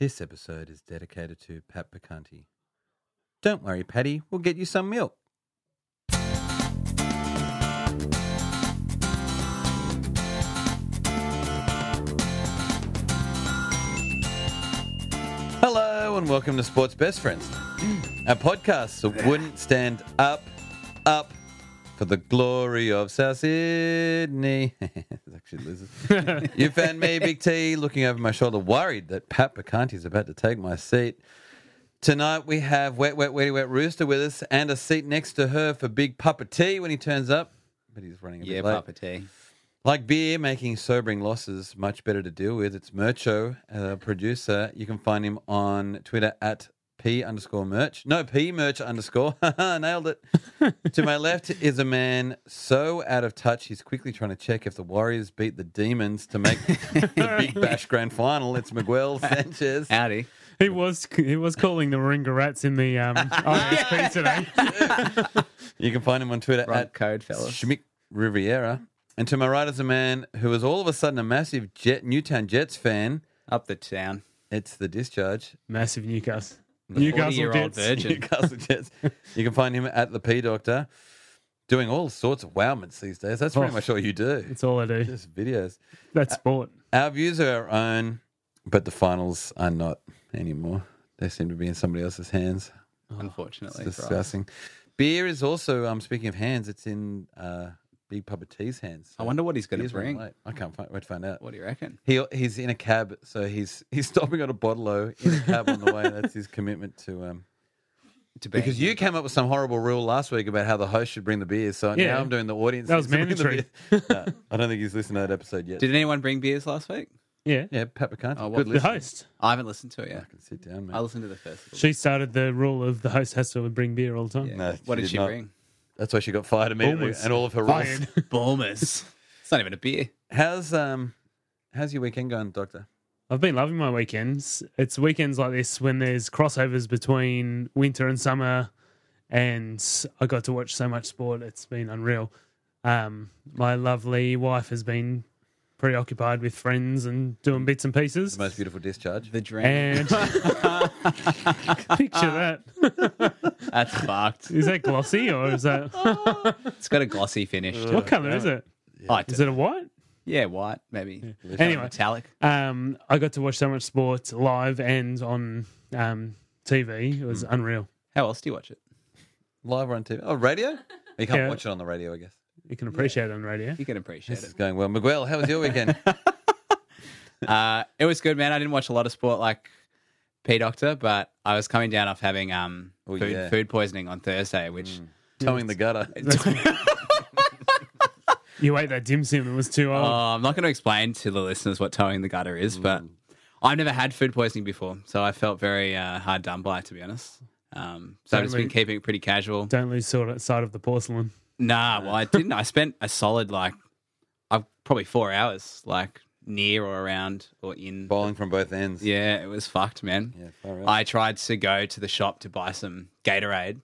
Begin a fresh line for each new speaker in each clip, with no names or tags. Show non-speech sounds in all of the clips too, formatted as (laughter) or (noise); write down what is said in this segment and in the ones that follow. This episode is dedicated to Pat Picanti. Don't worry, Patty, we'll get you some milk. Hello, and welcome to Sports Best Friends, a podcast that wouldn't stand up, up for the glory of South Sydney. (laughs) It's actually losers.
(laughs)
you found me, Big T, looking over my shoulder, worried that Pat Picanti is about to take my seat. Tonight we have Wet Wet Wetty Wet Rooster with us and a seat next to her for Big Papa T when he turns up. But he's running a
Yeah,
bit late.
Papa T.
Like beer, making sobering losses much better to deal with. It's Mercho, uh, producer. You can find him on Twitter at P underscore merch. No, P merch underscore. (laughs) Nailed it. to my left is a man so out of touch, he's quickly trying to check if the Warriors beat the Demons to make the Big Bash Grand Final. It's Miguel Sanchez.
Howdy.
He was he was calling the Warringah Rats in the um, ISP today.
You can find him on Twitter
Right
at
code, fellas.
Schmick Riviera. And to my right is a man who is all of a sudden a massive Jet Newtown Jets fan.
Up the town.
It's the discharge.
Massive Newcastle.
40-year-old virgin.
(laughs) Newcastle Jets. You can find him at the P Doctor, doing all sorts of wowments these days. That's pretty
Oh.
much all you do.
That's all I do.
Just videos.
That's sport.
Our views are our own, but the finals are not anymore. They seem to be in somebody else's hands. It's
Unfortunately, for us.
disgusting. Beer is also. Um, speaking of hands, it's in uh, Big Papa T's hands.
I wonder what he's going to
Beer's running
bring.
late. I can't find, wait to find out.
What do you reckon?
He he's in a cab, so he's (laughs) he's stopping at a bottle in a cab on the way. That's his commitment to um
To be
Because you came up with some horrible rule last week about how the host should bring the beers, so
Yeah.
now I'm doing the audience.
That was
needs to bring the
mandatory.
beer. No,
(laughs)
I don't think he's listened to that episode yet.
Did anyone bring beers last week?
Yeah.
yeah, Pat McCartney.
Oh, what-
good
the
The
listen.
host.
I haven't listened to it yet.
Fucking sit down, man.
I listened to the first. little
She started the rule of the host has to bring beer all the time.
bit.
No, she
what did
did
she
not.
bring?
That's why she got fired immediately,
Almost
and all of her rules.
Fired.
Bombers. (laughs) it's not even a beer.
How's um, how's your weekend going, Doctor?
(laughs) I've been loving my weekends. It's weekends like this when there's crossovers between winter and summer, and I got to watch so much sport. It's been unreal. Um, my lovely wife has been preoccupied with friends and doing bits and pieces.
The most beautiful discharge.
The dream.
And (laughs) picture that.
(laughs) That's
(laughs)
fucked.
Is that glossy or is that
It's got a glossy finish. to it.
what colour is it?
Oh, I
Is
do-
it a white?
yeah, white maybe.
Anyway,
metallic.
um, I got to watch so much sport live and on um, TV. It was unreal.
How else do you watch it?
Live or on TV? Oh, radio? You can't
Yeah.
watch it on the radio, I guess.
You can appreciate it on radio.
You can appreciate
This is
it.
going well. Miguel, how was your
(laughs)
weekend?
Uh, it was good, man. I didn't watch a lot of sport like P Doctor, but I was coming down off having um
Oh,
food,
yeah.
food poisoning on Thursday, which
Towing the gutter.
You ate that dim sim. It was too
Oh,
old.
I'm not going to explain to the listeners what towing the gutter is, but I've never had food poisoning before, so I felt very uh, hard done by, to be honest. Um, so I've just been
Don't
keeping it pretty casual.
Don't lose sort of sight of the (laughs) porcelain.
Nah, well, I didn't. I spent a solid like, i probably four hours, like near or around or
(laughs)
in.
Bowling from both ends.
Yeah, it was fucked, man.
Yeah, far out.
I tried to go to the shop to buy some Gatorade,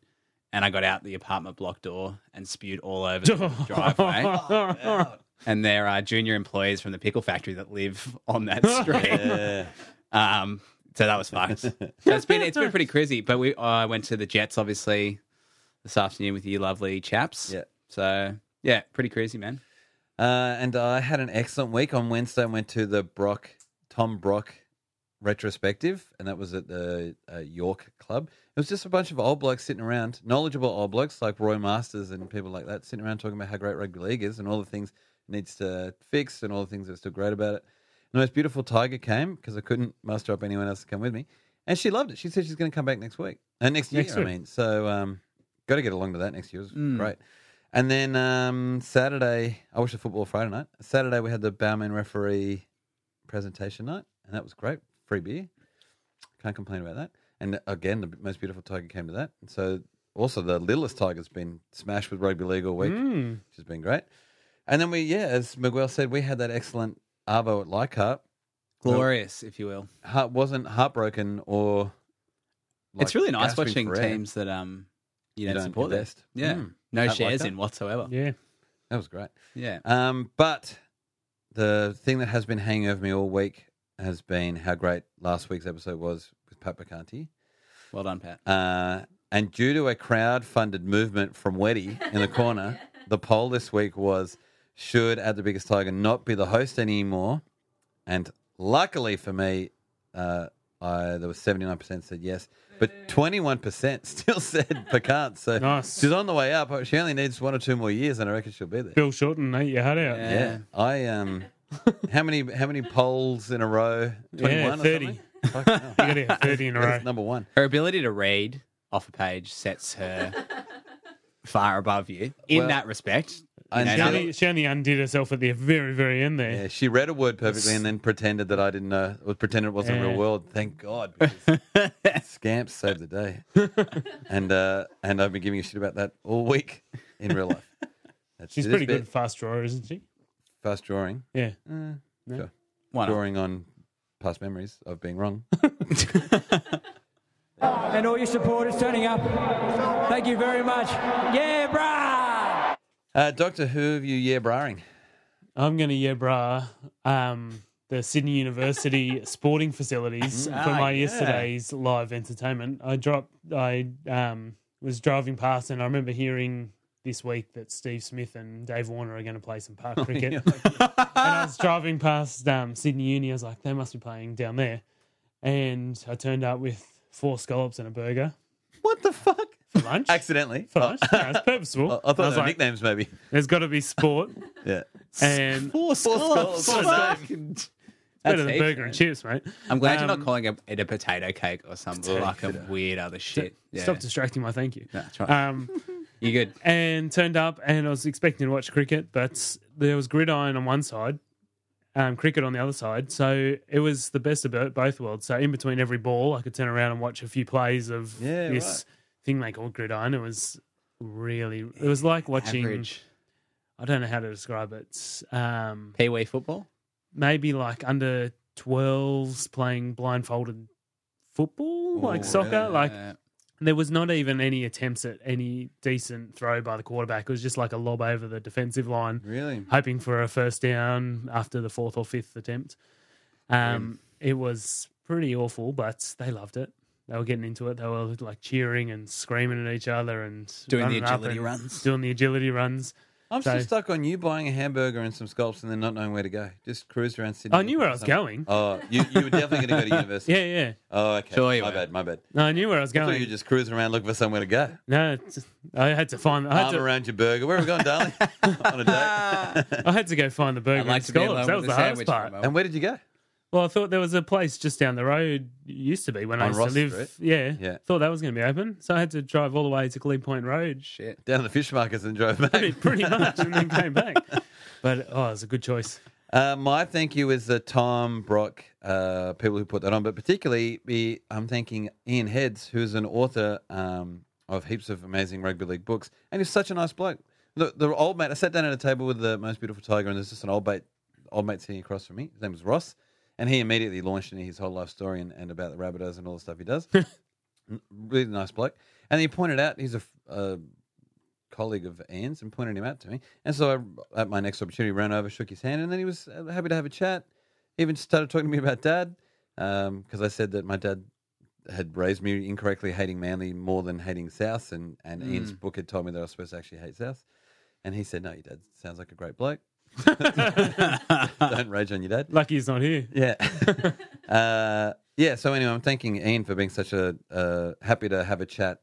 and I got out the apartment block door and spewed all over
(laughs)
the
eh?
eh?
driveway.
Oh,
and there are junior employees from the pickle factory that live on
(laughs)
that street.
Yeah.
um, so that was
(laughs)
fucked. So it's been it's been pretty crazy. But we I went to the Jets obviously this afternoon with you lovely chaps.
Yeah.
So yeah, pretty crazy, man.
Uh, and I had an excellent week. On Wednesday, I went to the Brock Tom Brock retrospective, and that was at the uh, York Club. It was just a bunch of old blokes sitting around, knowledgeable old blokes like Roy Masters and people like that, sitting around talking about how great rugby league is and all the things it needs to fix and all the things that are still great about it. And the most beautiful tiger came because I couldn't muster up anyone else to come with me, and she loved it. She said she's going to come back next week, uh, next year.
Next
I
week.
mean, so um, got to get along to that next year. It was
Mm.
great. And then um, Saturday, I watched the football Friday night. Saturday, we had the Bowman referee presentation night, and that was great. Free beer. Can't complain about that. And again, the most beautiful tiger came to that. And so, also, the littlest tiger's been smashed with rugby league all week,
Mm.
which has been great. And then we, yeah, as Miguel said, we had that excellent Arvo at Leichhardt.
Glorious, if you will.
Heart wasn't heartbroken or.
it's really nice
gasping
watching
for air.
teams that um you,
You
don't
don't
support them.
invest.
Yeah.
Mm.
No
Don't like
shares
that.
in whatsoever.
(laughs)
Yeah.
That was great.
Yeah.
Um, but the thing that has been hanging over me all week has been how great last week's episode was with Pat Bacanti.
Well done, Pat.
Uh, and due to a crowd funded movement from Weddy in the corner, the poll this week was should At the Biggest Tiger not be the host anymore? And luckily for me, uh, I, there was 79% said yes, but 21% (laughs) still said Picard. So
Nice.
she's on the way up. She only needs one or two more years, and I reckon she'll be there.
Bill Shorten, ate your heart out.
Yeah.
Yeah. I um how many how many polls in a row? Twenty
Yeah,
one
30.
or something? Fucking
You
hell.
got to have
(laughs)
30 (laughs) in a row.
That's number one.
Her ability to read off a page sets her far above you in
Well,
that
(laughs)
respect.
and
know,
She
now
now-
that-
only, she only undid herself at the very, very end there.
Yeah, she read a word perfectly and then pretended that I didn't know was pretended it wasn't
Yeah.
real world. Thank God.
(laughs)
because Scamps saved the day. and uh and I've been giving a shit about that all week in real
(laughs)
life. That's
She's
this
pretty
bit.
good fast drawer, isn't she?
Fast drawing.
Yeah.
Uh,
Why (laughs) not?
drawing on past memories of being wrong.
(laughs) and all your supporters turning up. Thank you very much. Yeah, brah!
Uh, Doctor Who have you yeah braring?
I'm going to yeah, brah. Um, the Sydney
(laughs)
University sporting facilities
Mm,
for
Ah,
my
yeah.
yesterday's live entertainment. I dropped. I um, was driving past, and I remember hearing this week that Steve Smith and Dave Warner are going to play some park
Oh, (laughs)
cricket. and I was driving past um, Sydney Uni. I was like, they must be playing down there. And I turned up with four scallops and a burger
What the fuck?
for
(laughs)
lunch.
Accidentally.
for lunch. No, it's purposeful.
I, I thought
I
they
was
were
like,
nicknames maybe.
there's got to
(laughs)
be sport.
Yeah.
And
Four
scallops. Fuck.
better
That's
than
heaps,
burger
man.
and chips, mate.
I'm glad you're
Um,
not calling it it a potato cake or some fucking weird other shit. Yeah.
Stop distracting my thank you.
That's right. (laughs)
Um,
you good?
and turned up, and I was expecting to watch cricket, but there was gridiron on one side, um, cricket on the other side. So it was the best of bo- both worlds. So in between every ball, I could turn around and watch a few plays of
Yeah,
this
right.
thing they called gridiron. It was really, it was like watching.
Average
I don't know how to describe it. Um,
Pee Wee football.
maybe like under 12s playing blindfolded football, like
Ooh,
soccer.
really?
Like
Uh,
there was not even any attempts at any decent throw by the quarterback. It was just like a lob over the defensive line,
Really?
hoping for a first down after the fourth or fifth attempt.
Mm.
Um, it was pretty awful, but they loved it. They were getting into it. They were like cheering and screaming at each other and
Doing the
running up
agility
and
runs. (laughs)
Doing the agility runs.
I'm still
So-
stuck on you buying a hamburger and some sculpts and then not knowing where to go. Just cruised around Sydney.
I knew where I was
Something.
going.
Oh, you, you were definitely going to go
(laughs)
to university.
Yeah, yeah.
Oh, okay.
Sure you
my
were.
bad, my bad.
No, I knew where I was
I
going.
thought you were just cruising around looking for somewhere to go.
No, it's- I had to find. I had
Arm
to,
around your burger. Where are we going, darling?
(laughs)
on a date.
I had to go find the burger
I'd like
and
to be
scallops.
alone
That
with
was
a
the hardest
sandwich
part.
for a
and where did you go?
Well, I thought there was a place just down the road. it Used to be when I
On
used
Ross
to live.
Street?
Yeah,
Yeah.
Thought that was going to be open, so I had to drive all the way to Glebe Point Road,
Shit.
Down to the fish markets and drove
pretty,
back.
pretty much, and then came back. But oh, it was a good choice.
(laughs) Uh, my thank you is the Tom Brock uh, people who put that on, but particularly be, I'm thanking Ian Heads, who's an author um, of heaps of amazing rugby league books, and he's such a nice bloke. The, the old mate, I sat down at a table with the most beautiful tiger, and there's just an old mate, old mate sitting across from me. His name was Ross, and he immediately launched into his whole life story and, and about the Rabbitohs and all the stuff he
(laughs)
does. N- really nice bloke, and he pointed out he's a f- a colleague of Anne's and pointed him out to me. And so I, at my next opportunity, ran over, shook his hand, and then he was uh, happy to have a chat. Even started talking to me about dad because I said that my dad had raised me incorrectly, hating Manly more than hating South, and and Ian's book had told me that I was supposed to actually hate South. And he said, "No, your dad sounds like a great bloke.
(laughs)
(laughs)
Don't rage on your dad."
Lucky he's not here.
Yeah. (laughs) uh, yeah. So anyway, I'm thanking Ian for being such a uh, happy to have a chat,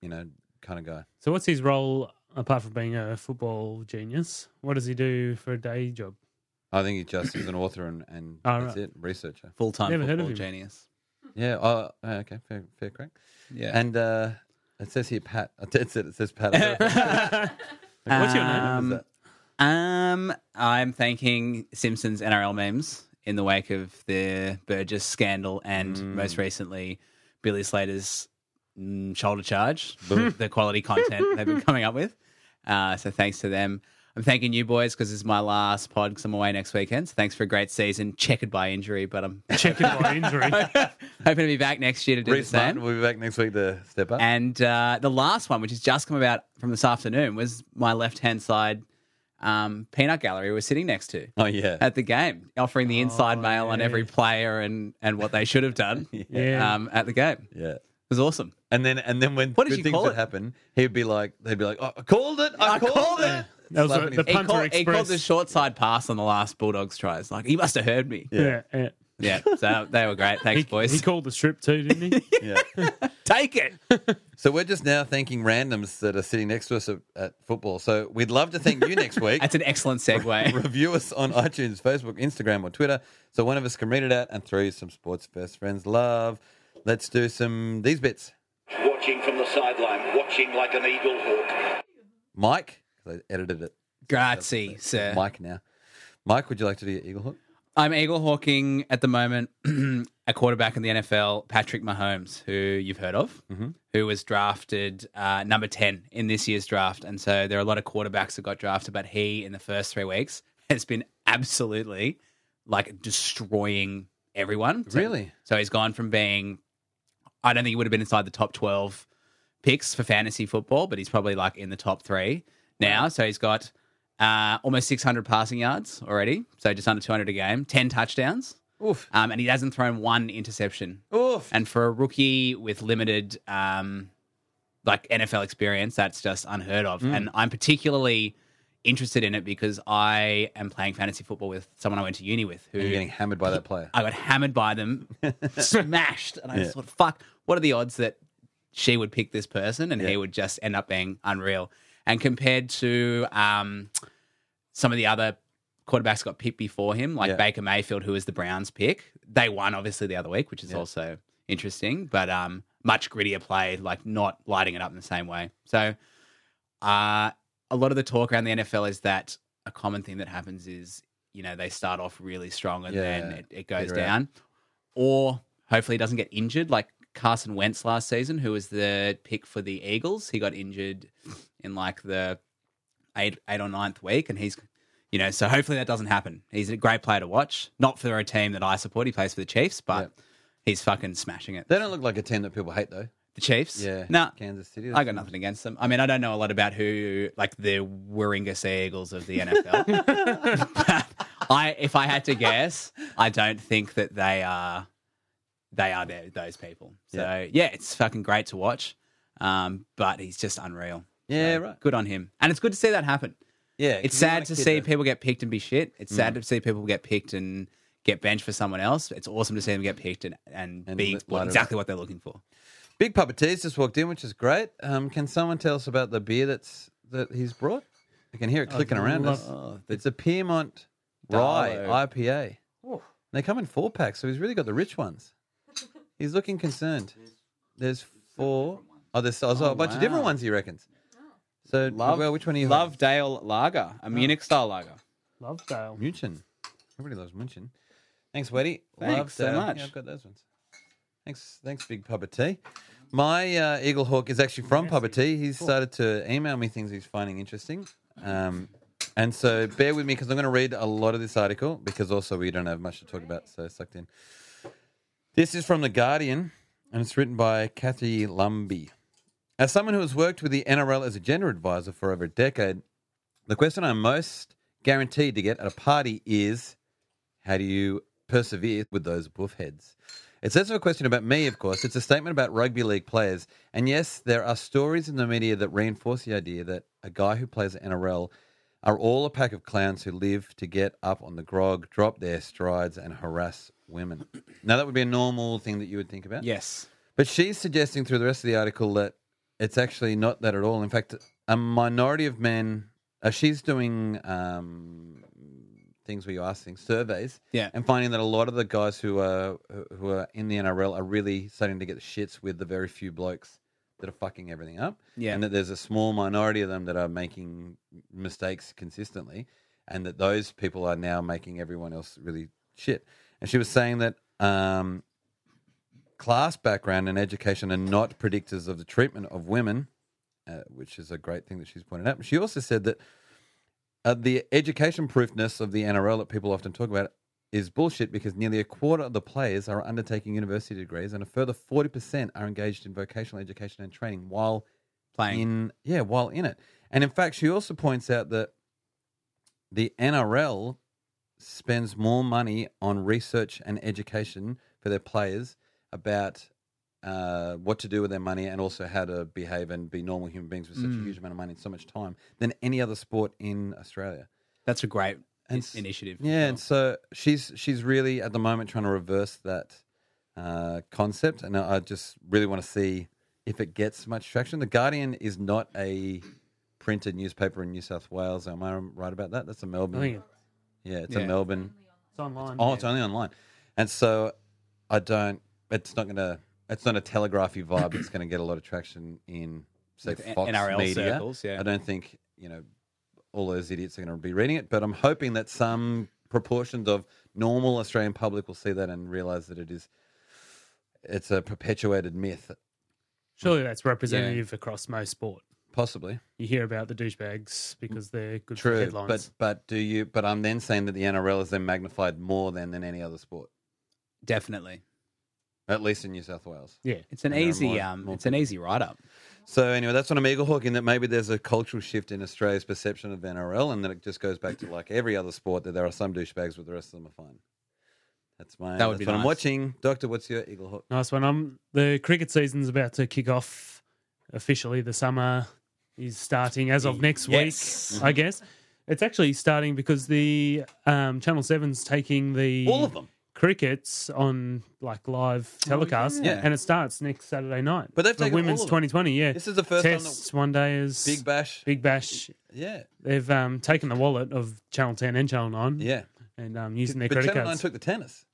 you know, kind of guy.
So, what's his role apart from being a football genius? What does he do for a day job?
I think he just is an author and, and
Oh,
that's
right.
it, researcher.
Full time
Never
football
heard of him.
genius.
Yeah. Oh, uh, okay. Fair, fair crack.
Yeah.
And uh, it says here, Pat. (laughs) I did say it. It says Pat. I
(laughs)
(laughs)
What's your name?
Um, Um, I'm thanking Simpsons NRL memes in the wake of the Burgess scandal and
Mm.
most recently Billy Slater's mm, shoulder
(laughs)
charge, the quality content they've been coming up with. Uh, so thanks to them. I'm thanking you boys because it's my last pod because I'm away next weekend. So thanks for a great season, checkered by injury, but I'm (laughs)
Checking
(laughs)
my injury.
hoping to be back next year to do
Reese
the same.
Martin. We'll be back next week to step up.
And uh, the last one, which has just come about from this afternoon, was my left hand side um, Peanut Gallery was sitting next to
Oh yeah.
at the game, offering the inside
Oh,
mail on
yeah.
every player and, and what they should have done
(laughs) Yeah.
um, at the game. It
yeah.
was awesome.
And then and then when
What did
good
you
things
call
would
it?
happen, he'd be like they'd be like, oh, I called it, I,
I
called,
called
it.
it.
That was
Slapping
the-
his-
the
He
Hunter
called, he called the
Express.
short side pass on the last Bulldogs tries. Like, he must have heard me.
Yeah.
Yeah, yeah.
Yeah, so they were
(laughs)
great.
He,
Thanks, boys.
he called the strip too, didn't he?
(laughs) yeah.
Take
(laughs)
it.
So we're just now thanking randoms that are sitting next to us at, at football. So we'd love to thank you
(laughs)
next week.
That's an excellent segue.
(laughs) Review us on iTunes, Facebook, Instagram, or Twitter, so one of us can read it out and throw you some sports best friends love. Let's do some these bits,
Watching from the sideline, watching like an eagle hawk.
Mike. 'cause I edited it,
Grazie, sir.
Mike. Now, Mike, would you like to do your eagle hook?
I'm eagle hawking at the moment (clears throat) a quarterback in the NFL, Patrick Mahomes, who you've heard of, who was drafted uh, number 10 in this year's draft. And so there are a lot of quarterbacks that got drafted, but he, in the first three weeks, (laughs) has been absolutely like destroying everyone. So-
Really?
So he's gone from being, I don't think he would have been inside the top 12 picks for fantasy football, but he's probably like in the top three now. So he's got uh, almost 600 passing yards already. So just under 200 a game, 10 touchdowns.
Oof,
Um, and he hasn't thrown one interception.
oof.
And for a rookie with limited um, like NFL experience, that's just unheard of. And I'm particularly interested in it because I am playing fantasy football with someone I went to uni with who
You're getting hammered by that player.
I got hammered by
(laughs)
them, smashed, and I
Yeah.
just thought, fuck, what are the odds that she would pick this person and
Yeah.
he would just end up being unreal? And compared to um, some of the other quarterbacks that got picked before him, like
Yeah.
Baker Mayfield, who was the Browns pick, they won obviously the other week, which is also interesting, but um, much grittier play, like not lighting it up in the same way. So, uh, a lot of the talk around the NFL is that a common thing that happens is you know they start off really strong and
Yeah,
then it, it goes
figure it out.
down, or hopefully he doesn't get injured like Carson Wentz last season, who was the pick for the Eagles. He got injured in like the eight eight or ninth week, and he's you know so hopefully that doesn't happen. He's a great player to watch, not for a team that I support. He plays for the Chiefs, but. He's fucking smashing it.
They don't look like a team that people hate though.
The Chiefs?
Yeah,
No,
Kansas City.
I got nothing against them. I mean, I don't know a lot about who, like the Warringah Eagles of
(laughs)
the NFL. But I, if I had to guess, I don't think that they are, they are there, those people. So
Yeah.
yeah. it's fucking great to watch. Um, but he's just unreal.
Yeah,
So,
right.
Good on him, and it's good to see that happen.
Yeah,
It's
'cause you want
sad
a
to
kid Mm.
see
that-
people get picked and be shit. It's sad to see people get picked and get benched for someone else. It's awesome to see them get picked and, and,
And
be
let- light it
exactly what they're looking for.
Big Papa T's just walked in, which is great. Um, can someone tell us about the beer that's that he's brought? I can hear it clicking around us. it's a Piermont Rye
Darlo.
IPA. They come in four packs, so he's really got the rich ones. He's looking concerned. There's four. Oh, there's, oh, a bunch of different
wow.
ones. He reckons. So,
Love,
well, which one are you?
Love Dale Lager, a Munich style lager.
Lovedale.
Munchen. Everybody loves Munchen. Thanks, Weddy.
Thanks
Love
so
that.
much.
Yeah, I've got those ones. Thanks, thanks, Big Papa T. My uh, Eagle Hawk is actually from Papa T. He's started to email me things he's finding interesting. Um, and so bear with me because I'm going to read a lot of this article because also we don't have much to talk about, so sucked in. This is from The Guardian and it's written by Kathy Lumby. As someone who has worked with the NRL as a gender advisor for over a decade, the question I'm most guaranteed to get at a party is how do you persevere with those woof heads? It's less of a question about me, of course. It's a statement about rugby league players. And yes, there are stories in the media that reinforce the idea that a guy who plays at NRL are all a pack of clowns who live to get up on the grog, drop their strides, and harass women. Now, that would be a normal thing that you would think about.
Yes.
But she's suggesting through the rest of the article that it's actually not that at all. In fact, a minority of men. Uh, she's doing um, things where you ask things, surveys,
Yeah.
and finding that a lot of the guys who are who are in the NRL are really starting to get the shits with the very few blokes that are fucking everything up,
Yeah.
and that there's a small minority of them that are making mistakes consistently, and that those people are now making everyone else really shit. And she was saying that um, class background and education are not predictors of the treatment of women, uh, which is a great thing that she's pointed out. She also said that uh, the education proofness of the NRL that people often talk about is bullshit because nearly a quarter of the players are undertaking university degrees and a further 40% are engaged in vocational education and training while
Playing.
in yeah, while in it. And in fact, she also points out that the NRL spends more money on research and education for their players about uh, what to do with their money and also how to behave and be normal human beings with such a huge amount of money and so much time than any other sport in Australia.
That's a great
And
i-
s-
initiative.
Yeah, and so she's she's really at the moment trying to reverse that uh, concept, and I I just really want to see if it gets much traction. The Guardian is not a printed newspaper in New South Wales. Am I right about that? That's a
I think
Melbourne.
it's
Yeah, it's a
Oh, Yeah.
Melbourne.
online.
Oh, it's only online, and so I don't. It's not gonna. It's not a telegraphy vibe. It's going to get a lot of traction in say
With N-
Fox
NRL
media.
circles, yeah.
I don't think you know all those idiots are going to be reading it, but I'm hoping that some proportions of normal Australian public will see that and realize that it is. It's a perpetuated myth,
Surely that's representative across most sport.
possibly.
You hear about the douchebags because they're good for
True,
headlines.
but but do you? But I'm then saying that the NRL is then magnified more than than any other sport,
Definitely.
at least in New South Wales.
yeah,
It's an
And there are
easy
more-
um
more
it's an easy write up.
So anyway, that's what I'm eagle hawking that maybe there's a cultural shift in Australia's perception of NRL, and then it just goes back to like every other sport that there are some douchebags, but the rest of them are fine. That's my.
That would
that's
be
what I'm
nice.
watching, Doctor. What's your eagle hawk?
nice one. Um, the cricket season's about to kick off officially. The summer is starting as of next
Yes.
week, I guess. It's actually starting because the um, Channel 7's taking the
All of them. Oh,
crickets on like live telecast,
yeah.
and it starts next Saturday night.
But they've
The
taken all
women's
of them.
2020, yeah.
This is the first time that-
tests, one day is
Big Bash.
Big Bash.
Yeah,
They've um, taken the wallet of Channel 10 and Channel 9,
yeah.
and um, using their
But
credit
Channel Nine
cards.
took the tennis.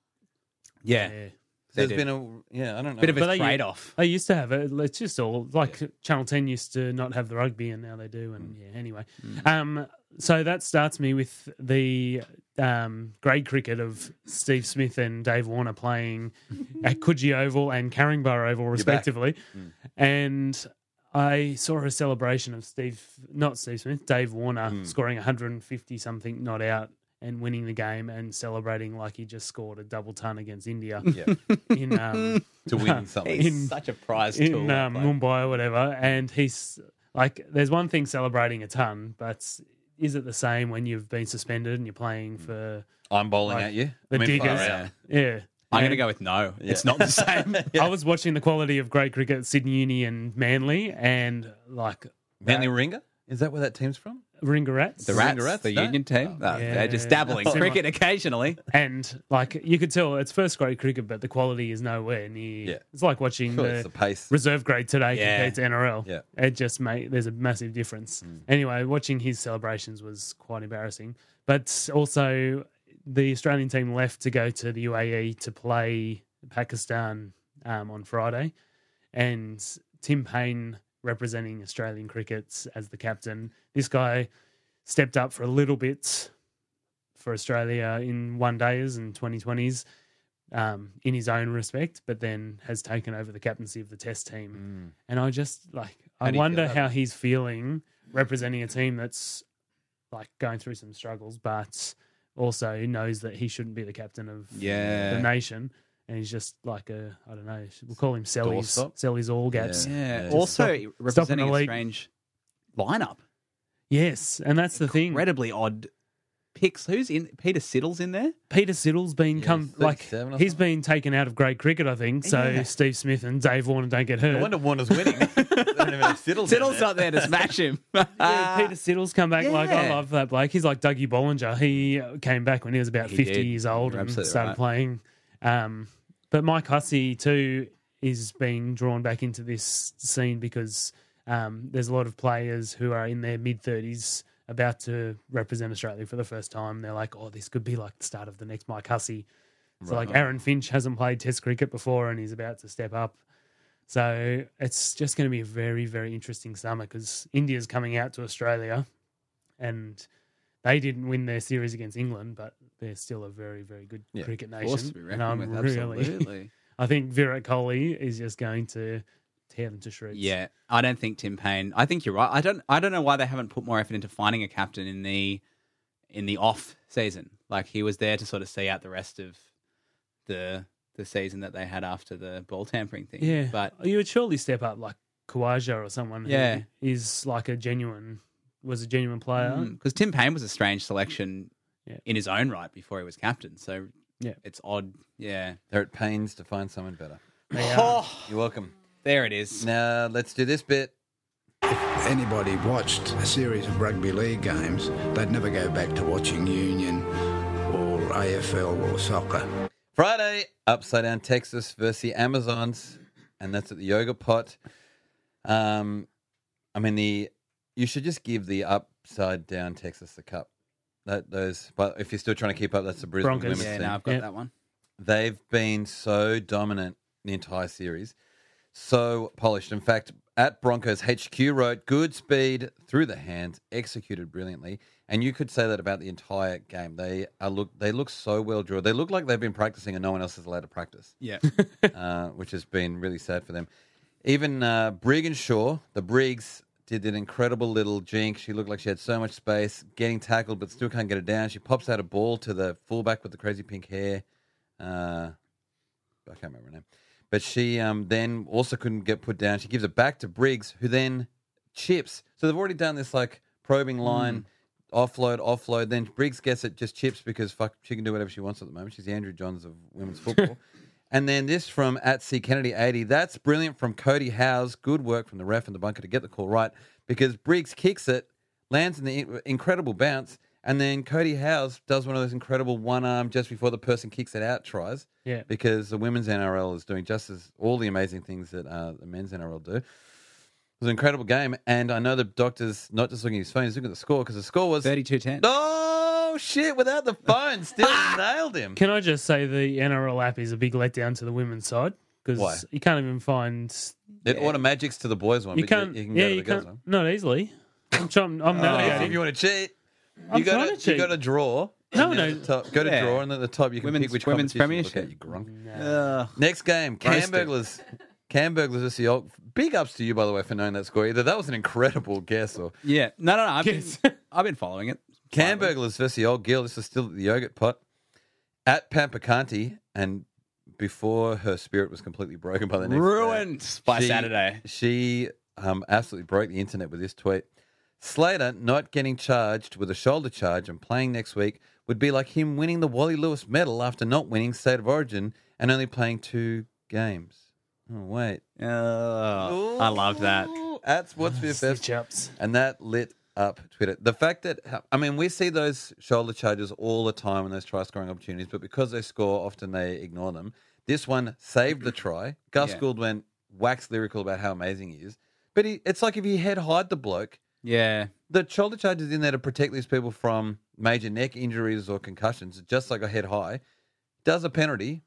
Yeah.
yeah.
They
There's
did.
been a yeah. I don't know.
Bit of
But they-
a trade off.
They used to have it. It's just all like Channel Ten used to not have the rugby, and now they do. And yeah, anyway, um, so that starts me with the um, grade cricket of Steve Smith and Dave Warner playing at Coogee Oval and Caringbah Oval, respectively. And I saw a celebration of Steve, not Steve Smith, Dave Warner scoring 150 something not out. And winning the game and celebrating like he just scored a double ton against India
Yeah.
in um,
to
(laughs)
win something.
He's such a prize
in
tool.
um, Mumbai or whatever, and he's like, there's one thing celebrating a ton, but is it the same when you've been suspended and you're playing for
I'm bowling
Like,
at you.
the
I mean, far
diggers?
out.
yeah.
yeah?
I'm gonna go with no. It's not (laughs) the same.
(laughs) I was watching the quality of great cricket at Sydney Uni and Manly, and like
Manly Ringer. Is that where that team's from?
Ringer Rats,
The
Rats,
Rats, the
no?
union team. No, Oh. They're just
Yeah.
dabbling
That's
cricket
right.
occasionally.
and like you could tell it's first grade cricket, but the quality is nowhere near.
Yeah.
It's like watching
Sure,
the,
it's the pace.
reserve grade today
Yeah.
compared to NRL.
Yeah.
It just made there's a massive difference. Anyway, watching his celebrations was quite embarrassing. But also the Australian team left to go to the UAE to play Pakistan um, on Friday. And Tim Payne representing Australian crickets as the captain. This guy stepped up for a little bit for Australia in one days and 2020s um, in his own respect, but then has taken over the captaincy of the test team. And I just like, I
do you feel
wonder
about
how he's feeling representing a team that's like going through some struggles, but also knows that he shouldn't be the captain of the
Yeah.
nation. And he's just like a, I don't know, we'll call him Selly's,
Doorstop?
Selly's all gaps.
Yeah.
Yeah.
Also
Stop-
representing a
the league.
strange lineup.
Yes. And that's the thing.
Incredibly odd picks. Who's in Peter Siddle's in there?
Peter Siddle's been
Yeah,
come
he's
like
37 or
he's
something.
been taken out of great cricket, I think. So
Yeah.
Steve Smith and Dave Warner don't get
No
hurt.
wonder Warner's
(laughs)
winning. They don't even have
(laughs)
Siddles in
Siddle's
there.
not there to smash (laughs) him.
Yeah, Uh, Peter Siddle's come back like I
Yeah.
love that bloke. He's like Dougie Bollinger. He uh, came back when he was about
He
fifty
did.
years old
You're
and
absolutely
started
right.
playing. Um, but Mike Hussey too is being drawn back into this scene because um, there's a lot of players who are in their mid thirties about to represent Australia for the first time. They're like, oh, this could be like the start of the next Mike Hussey. So like Aaron Finch hasn't played Test cricket before and he's about to step up. So it's just going to be a very, very interesting summer because India's coming out to Australia and they didn't win their series against England, but they're still a very, very good
Yeah,
cricket
Of course to
nation.
be
And I'm
reckoned with,
really,
absolutely.
(laughs)
(laughs)
I think Virat Kohli is just going to tear them to shreds.
Yeah, I don't think Tim Payne. I think you're right. I don't. I don't know why they haven't put more effort into finding a captain in the in the off season. Like he was there to sort of see out the rest of the the season that they had after the ball tampering thing.
Yeah.
but
you would surely step up like Kawaja or someone
Yeah.
who is like a genuine was a genuine player.
Mm.
Because mm, Tim Payne was a strange selection
Yeah.
in his own right before he was captain. So
Yeah.
it's odd. Yeah.
They're at pains to find someone better.
They are-
You're welcome.
There it is.
Now let's do this bit.
anybody watched a series of rugby league games, they'd never go back to watching Union or AFL or soccer.
Friday, upside down Texas versus the Amazons, and that's at the Yoga Pot. Um, I mean the you should just give the upside down Texas the cup. That those, but if you're still trying to keep up, that's the Brisbane
Broncos.
women's
yeah,
team.
no, I've got
Yeah.
that
(laughs)
one.
They've been so dominant the entire series, so polished. In fact, at Broncos HQ wrote, good speed through the hands, executed brilliantly. And you could say that about the entire game. They are look they look so well drawn. They look like they've been practicing and no one else is allowed to practice,
Yeah.
(laughs) uh, which has been really sad for them. Even uh, Brig and Shaw, the Briggs, did an incredible little jink. She looked like she had so much space, getting tackled but still can't get it down. She pops out a ball to the fullback with the crazy pink hair uh, I can't remember her name, but she um, then also couldn't get put down. She gives it back to Briggs, who then chips. So they've already done this like probing line, offload, offload. Then Briggs gets it, just chips because fuck, she can do whatever she wants at the moment. She's the Andrew Johns of women's football. and then this from at C Kennedy eighty. That's brilliant from Cody Howes. Good work from the ref and the bunker to get the call right because Briggs kicks it, lands in the in- incredible bounce. And then Cody Howes does one of those incredible one arm just before the person kicks it out tries
Yeah.
because the women's NRL is doing just as all the amazing things that uh, the men's NRL do. It was an incredible game, and I know the doctor's not just looking at his phone; he's looking at the score because the score was
32 (laughs) 10.
Oh shit! Without the phone, still nailed him.
Can I just say the NRL app is a big letdown to the women's side
Why?
because you can't even find
It automagics magics to the boys one.
you
but
can't
You, can
yeah
go to
you
the girls Oh,
can't
one.
not easily. I'm trying,
(laughs) If-
I'm
if
navigating.
you want to cheat,
I'm
you got to
trying to
you got to draw.
No,
and then
no.
at the top- go to
Yeah.
draw, and then at the top you can
Women's-
pick which
women's
competition you look at,
premiership.
You grunk.
Ugh.
Next game, Cam
Roasted.
Burglars. Cam Burglars versus the Old. Big ups to you, by the way, for knowing that score. Either that was an incredible guess, or
yeah. No, no, no.
(laughs)
I've,
Yes.
been, I've been following it.
Cam Burglars versus the Old Gill. This is still at the yogurt pot at Pampacanti, and before her spirit was completely broken by the next day,
Ruined by
she-
Saturday.
She um, absolutely broke the internet with this tweet. Slater not getting charged with a shoulder charge and playing next week would be like him winning the Wally Lewis medal after not winning State of Origin and only playing two games. Oh wait.
Ugh. I love that.
Ooh, At
Ah,
SportsBFF.
Stitch-ups.
And that lit up Twitter. The fact that, I mean, we see those shoulder charges all the time and those try scoring opportunities, but because they score, often they ignore them. This one saved the try.
(clears throat)
Gus
Yeah.
Gould went wax lyrical about how amazing he is. But he, it's like if he head hide the bloke,
Yeah.
the shoulder charge is in there to protect these people from major neck injuries or concussions, just like a head high. Does a penalty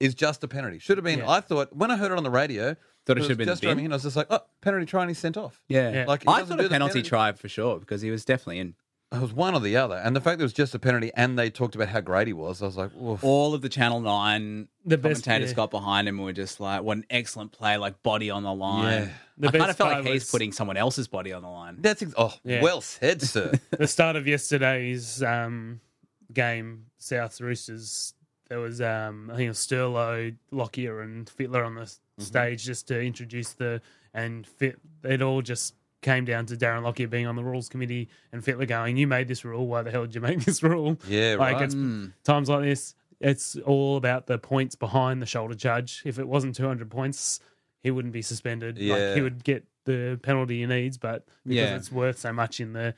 is just a penalty. Should have been,
Yeah.
I thought, when I heard it on the radio,
Thought it
was
should have been the
just driving
bin.
in, I was just like, oh, penalty try and he's sent off.
Yeah.
Yeah.
Like, he
I
doesn't
thought
do
a
the
penalty,
penalty.
try for sure because he was definitely in.
It was one or the other. And the fact that it was just a penalty and they talked about how great he was, I was like, Oof.
All of the Channel 9
The best-
commentators
yeah.
got behind him and were just like, what an excellent play, like body on the line.
Yeah.
The
I kind of
best
felt like
part
he's
was-
putting someone else's body on the line.
that's ex- oh,
Yeah.
well said, sir.
the start of yesterday's um, game, South Roosters, there was um, I think it was Sturlo, Lockyer, and Fitler on the s stage just to introduce the and fit. It all just came down to Darren Lockyer being on the rules committee and Fitler going, "You made this rule. Why the hell did you make (laughs) this rule?"
Yeah,
like
right.
it's times like this. It's all about the points behind the shoulder judge. If it wasn't 200 points, he wouldn't be suspended. Like
Yeah.
he would get the penalty he needs, but because
Yeah.
it's worth so much in the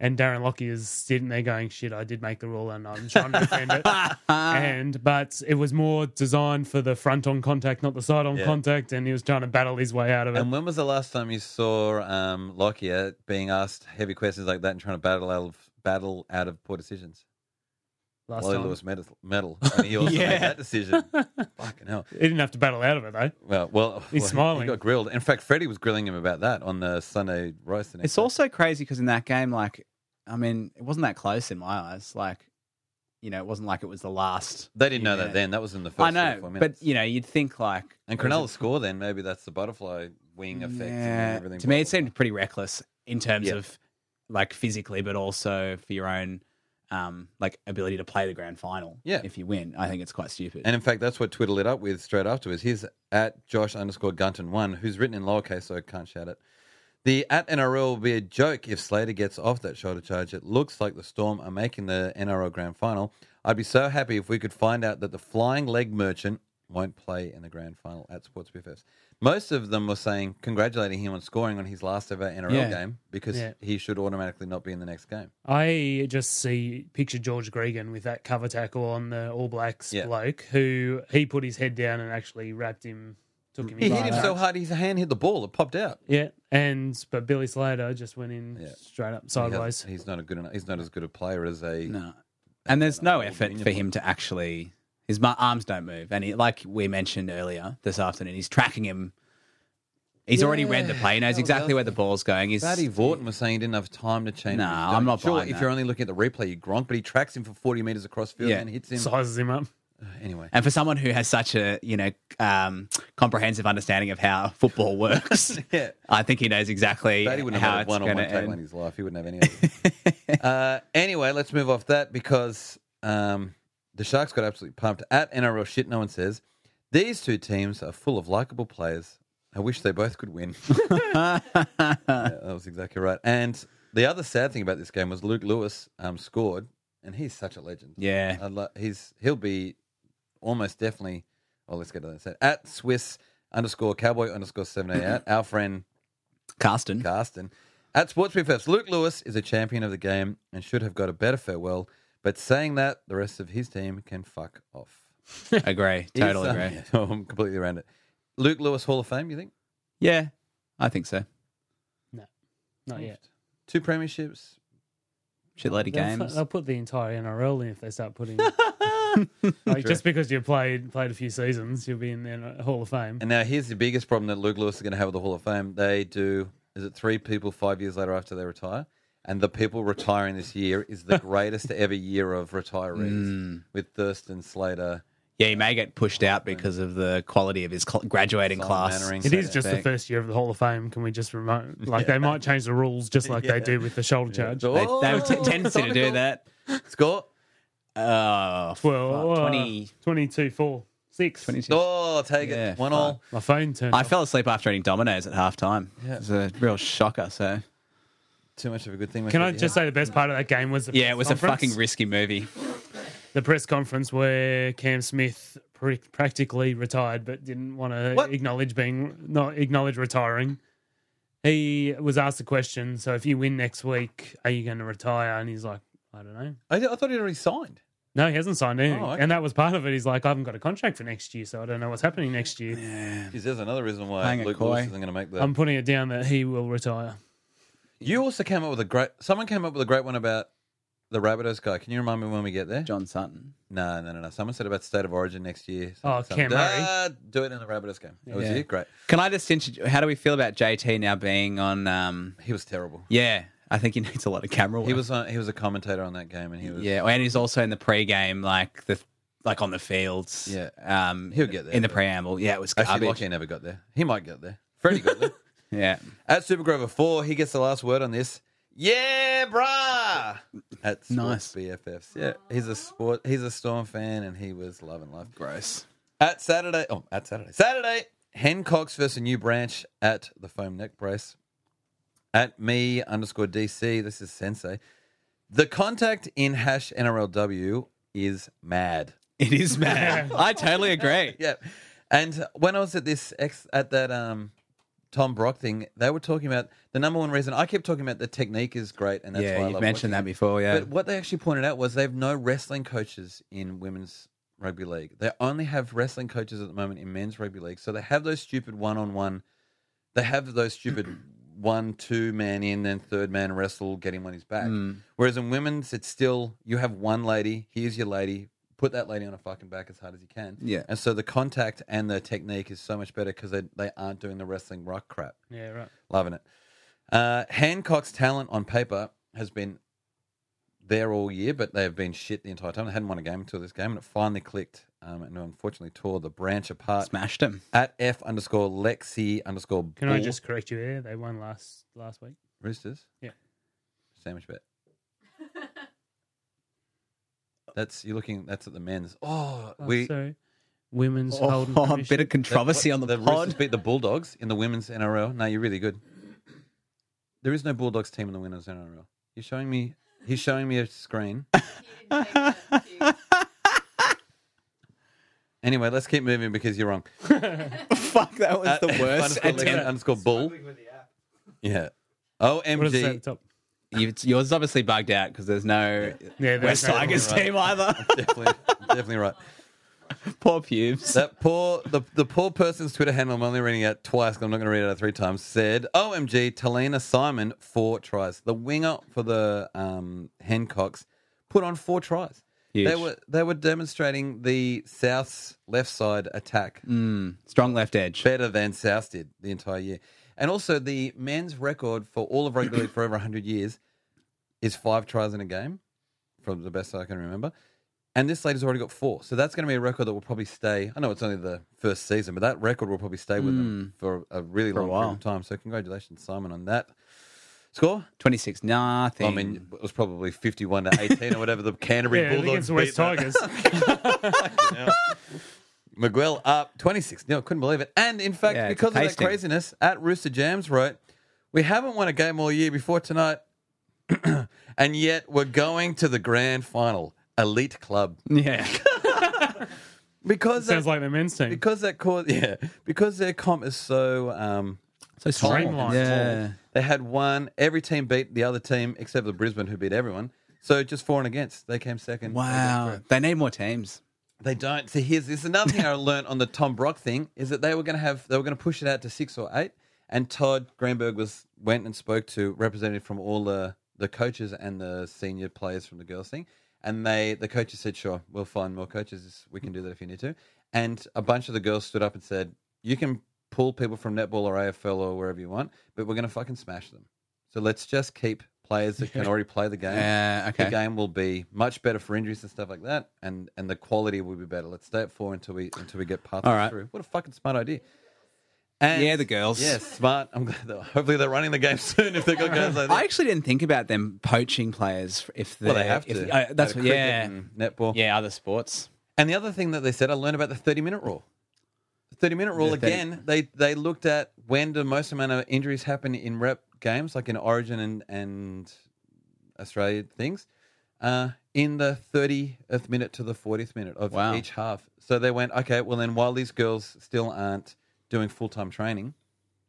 and Darren Lockie is sitting there going, "Shit, I did make the rule, and I'm trying to defend
(laughs)
it." and but it was more designed for the front on contact, not the side on
Yeah.
contact, and he was trying to battle his way out of it.
and when was the last time you saw um, Lockyer being asked heavy questions like that and trying to battle out of battle out of poor decisions?
last
Wally
time,
Lewis medal, medal. And he also made that decision. Fucking hell.
he didn't have to battle out of it though.
Well, well, well,
He's
He
smiling.
got grilled. In fact, Freddie was grilling him about that on the Sunday roast. the next
It's
day.
also crazy because in that game, like, I mean, it wasn't that close in my eyes. Like, you know, it wasn't like it was the last.
they didn't know
Yeah.
that then. That was in the first.
I
three or
know,
four
but
minutes.
you know, you'd think like,
and Cronulla's score then maybe that's the butterfly wing effect. and
yeah,
everything
to me,
blah,
it
blah,
seemed
blah.
pretty reckless in terms
Yeah.
of like physically, but also for your own um like ability to play the grand final.
Yeah.
if you win, I think it's quite stupid.
And in fact, that's what Twitter lit up with straight afterwards. Here's at Josh underscore Gunton one, who's written in lowercase, so I can't shout it. The at NRL will be a joke if Slater gets off that shoulder charge. It looks like the Storm are making the NRL grand final. I'd be so happy if we could find out that the flying leg merchant won't play in the grand final at Sports BFFs. Most of them were saying congratulating him on scoring on his last ever NRL
Yeah.
game because
Yeah.
he should automatically not be in the next game.
I just see picture George Gregan with that cover tackle on the All Blacks
Yeah.
bloke who he put his head down and actually wrapped him, took him.
He
right
hit him
up.
so hard his hand hit the ball, it popped out.
Yeah, and but Billy Slater just went in
Yeah.
straight up
He has-
sideways.
he's not a good enough, he's not as good a player as a
No. And there's no
Old
effort
Union
for him to actually. His mu- arms don't move, and he, like we mentioned earlier this afternoon, he's tracking him. He's already read the play. He
That
knows
was the
exactly
other
where the ball's going. He's
Buddy Vorton was saying he didn't have time to change.
Nah,
his
I'm
jump.
not
sure.
buying
If
that.
you're only looking at the replay, you gronk, but he tracks him for 40 meters across field
Yeah.
and hits him.
Sizes him up.
(sighs) Anyway,
and for someone who has such a you know um, comprehensive understanding of how football
(laughs)
(laughs) works,
(laughs) Yeah.
I think he knows exactly
Buddy wouldn't
how
have
it's
one on
going
one
to
tackle in
end.
his life. He wouldn't have any. Of (laughs) it. uh, anyway, let's move off that because um, the Sharks got absolutely pumped at NRL shit. No one says these two teams are full of likable players. I wish they both could win. Yeah, that was exactly right. And the other sad thing about this game was Luke Lewis um, scored, and he's such a legend.
Yeah.
I lo- he's he'll be almost definitely. Oh, let's get to that. So at Swiss underscore Cowboy underscore seven eight
(laughs)
out. Our friend
Carsten.
Carsten at Sports BFFs. Luke Lewis is a champion of the game and should have got a better farewell. But saying that, the rest of his team can fuck off.
agree.
He's,
Totally
um,
agree.
(laughs) I'm completely around it. Luke Lewis Hall of Fame. You think?
Yeah, I think so.
Not yet.
Two premierships.
Shit lady
They'll,
games.
they'll put the entire NRL in if they
(laughs)
start putting. (laughs) like, just because you played played a few seasons, you'll be in the NRL Hall of Fame.
And now here's the biggest problem that Luke Lewis is going to have with the Hall of Fame. They do is it three people five years later after they retire, and the people retiring this year is
(laughs)
the greatest ever year of retirees
Hmm.
with Thurston Slater.
Yeah, he may get pushed out because of the quality of his cl- graduating
Simon
class.
Mannering.
It
So
is just the
they-
first year of the Hall of Fame. Can we just
(laughs)
remote? Like they might change the rules, just like they do with the shoulder charge.
They,
Oh!
they have a tendency to do that.
Score.
Oh,
Well,
fuck,
uh,
20,
22, 4, 6.
22.
Oh, take
Yeah,
it. One
fuck.
all.
My phone turned
I
off.
fell asleep after eating Domino's at half time. It's a real shocker. So
Too much of a good thing. must
Can I
be
just
here.
say the best part of that game was the
yeah,
press
it was a
conference?
fucking risky movie.
the press conference where Cam Smith pr- practically retired but didn't want to
What?
acknowledge being not acknowledge retiring. He was asked the question, so if you win next week, are you going to retire? And he's like, I don't know.
I, I thought he'd already signed.
No, he hasn't signed anything.
Oh,
okay.
And that was part of it. He's like, I haven't got a contract for next year, so I don't know what's happening next year.
Geez, there's another reason why
Hang Um, it,
Luke
Coy.
Lewis isn't going to make the.
I'm putting it down that he will retire.
you also came up with a great. Someone came up with a great one about the Rabbitohs guy. Can you remind me when we get there?
John Sutton.
No, no, no, no. Someone said about State of Origin next year.
Oh,
Someone-
Cam Murray.
Ah, do it in the Rabbitohs game. That was
Yeah.
it. Great.
Can I just introduce? How do we feel about JT now being on? Um,
He was terrible.
yeah, I think he (laughs) needs a lot of camera work.
He was on, he was a commentator on that game, and he was
yeah, and he's also in the pre-game, like the like on the fields.
Yeah.
um,
He'll get there,
in the
but-
preamble. Yeah, it was
Actually,
garbage.
Lockie never got there. He might get there. Freddie got
(laughs)
there.
Yeah.
At Super Grover Four, he gets the last word on this. Yeah, brah. At Sports
Nice.
BFFs. Yeah, he's a sport. He's a Storm fan, and he was loving life.
Gross.
At Saturday, oh, at Saturday, Saturday, Hencox versus New Branch at the foam neck brace. At me underscore DC, this is Sensei. The contact in hash NRLW is mad.
It is
(laughs)
mad. I totally agree.
Yeah, and when I was at this ex at that um Tom Brock thing, they were talking about the number one reason I kept talking about the technique is great, and (laughs) that's why I
yeah,
love
you've mentioned
watching
that
it.
before. Yeah,
But what they actually pointed out was they have no wrestling coaches in women's rugby league. They only have wrestling coaches at the moment in men's rugby league. So they have those stupid one on one. They have those
(clears throat)
stupid one, two man in, then third man wrestle, get him on his back.
Hmm.
Whereas in women's, it's still you have one lady, here's your lady, put that lady on her fucking back as hard as you can.
Yeah.
And so the contact and the technique is so much better because they, they aren't doing the wrestling rock crap.
Yeah, right.
Loving it. Uh, Hancock's talent on paper has been there all year, but they have been shit the entire time. They hadn't won a game until this game, and it finally clicked. Um, and unfortunately, tore the branch apart.
smashed him.
At F underscore Lexi underscore
Can I
Bull
just correct you there? They won last last week.
Roosters?
Yeah.
Sandwich bet. That's you're looking. That's at the men's. Oh,
Oh,
we
sorry. Women's
Oh,
(laughs)
Holden
a
Commission.
bit of controversy on the,
the Roosters
pod.
beat the Bulldogs in the women's NRL. No, you're really good. There is no Bulldogs team in the winners NRL. You're showing me. He's showing me a screen. Anyway, let's keep moving because you're wrong.
Fuck, that was the
Uh,
worst
underscore Leon
attempt.
underscore bull. Yeah. Oh,
What is that at
OMG.
the top?
You, yours is obviously bugged out because there's no
Yeah, there's
West
no-
Tigers team either.
(laughs) definitely, definitely right.
Poor pubes.
That poor the, the poor person's Twitter handle. I'm only reading it twice. 'cause I'm not going to read it out three times. Said, "OMG, Talina Simon four tries. The winger for the um, Hancocks put on four tries. They
Huge.
were they were demonstrating the South's left side attack
Mm. Strong left edge.
better than South did the entire year. And also, the men's record for all of rugby league for over 100 years is five tries in a game, from the best I can remember. And this lady's already got four. So that's going to be a record that will probably stay. I know it's only the first season, but that record will probably stay with them
Hmm.
for a really
For a
long
while.
period of time. So congratulations, Simon, on that score.
26 nothing.
I mean, it was probably 51 to 18 or whatever the Canterbury
Yeah,
Bulldogs
against the West
beat them.
Tigers.
(laughs) Miguel up 26 0. Couldn't believe it. And in fact,
Yeah, it's
because of that
tasting.
craziness, at Rooster Jams wrote, We haven't won a game all year before tonight, (clears throat) and yet we're going to the grand final. Elite club.
yeah. (laughs)
Because that,
Sounds like the men's team.
because that cause (laughs) yeah, because their comp is so um
so
Streamlined.
Yeah.
they had one every team beat the other team except for Brisbane who beat everyone. So just for and against. They came second.
Wow. They need more teams.
They don't. So here's this is another thing I learned on the Tom Brock thing is that they were going to have they were going to push it out to six or eight, and Todd Greenberg was went and spoke to representative from all the the coaches and the senior players from the girls thing, and they the coaches said, sure, we'll find more coaches. We can do that if you need to, and a bunch of the girls stood up and said, you can pull people from netball or AFL or wherever you want, but we're going to fucking smash them. So let's just keep players that can already play the game
Yeah, Uh, okay.
the game will be much better for injuries and stuff like that, and and the quality will be better. Let's stay at four until we until we get past
All right.
through. What a fucking smart idea! And
Yeah, the girls.
Yes, smart. I'm glad. That, hopefully, they're running the game (laughs) soon if they've got guys like that.
I actually didn't think about them poaching players if
well, they have
if-
to.
uh,
Out
that's
of
what,
cricket
yeah.
and netball.
Yeah, other sports.
And the other thing that they said, I learned about the 30 minute rule. The 30 minute rule,
The 30
again, they, they looked at when the most amount of injuries happen in rep games, like in Origin and, and Australia things, uh, in the 30th minute to the 40th minute of
Wow.
each half. So they went, okay, well, then while these girls still aren't doing full time training,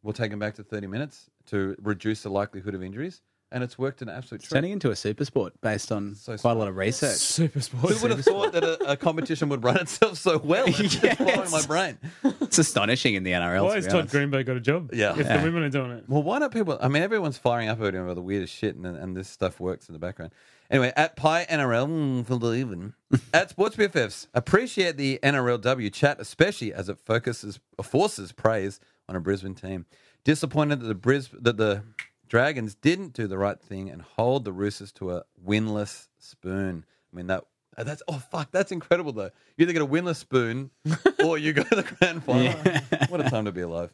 we'll take them back to 30 minutes to reduce the likelihood of injuries. And it's worked an absolute
It's
treat.
turning into a super sport based on
So
quite a lot
(laughs)
of research.
Super
Who
sports.
would have thought that a, a competition would run itself so well? It's just blowing my
Yes.
brain.
It's astonishing in the NRL.
Why
to
has
be
Todd
honest.
Greenberg got a job?
Yeah.
If
Yeah.
the women are doing it.
Well, why don't people? I mean, everyone's firing up at him about the weirdest shit, and, and this stuff works in the background. Anyway, at Pi NRL mm, for the even at Sports BFFs appreciate the NRLW chat, especially as it focuses forces praise on a Brisbane team. Disappointed that the Bris that the Dragons didn't do the right thing and hold the Roosters to a winless spoon. I mean that. That's oh fuck! That's incredible though. You either get a winless spoon, or you go to the grand final. What a time to be alive!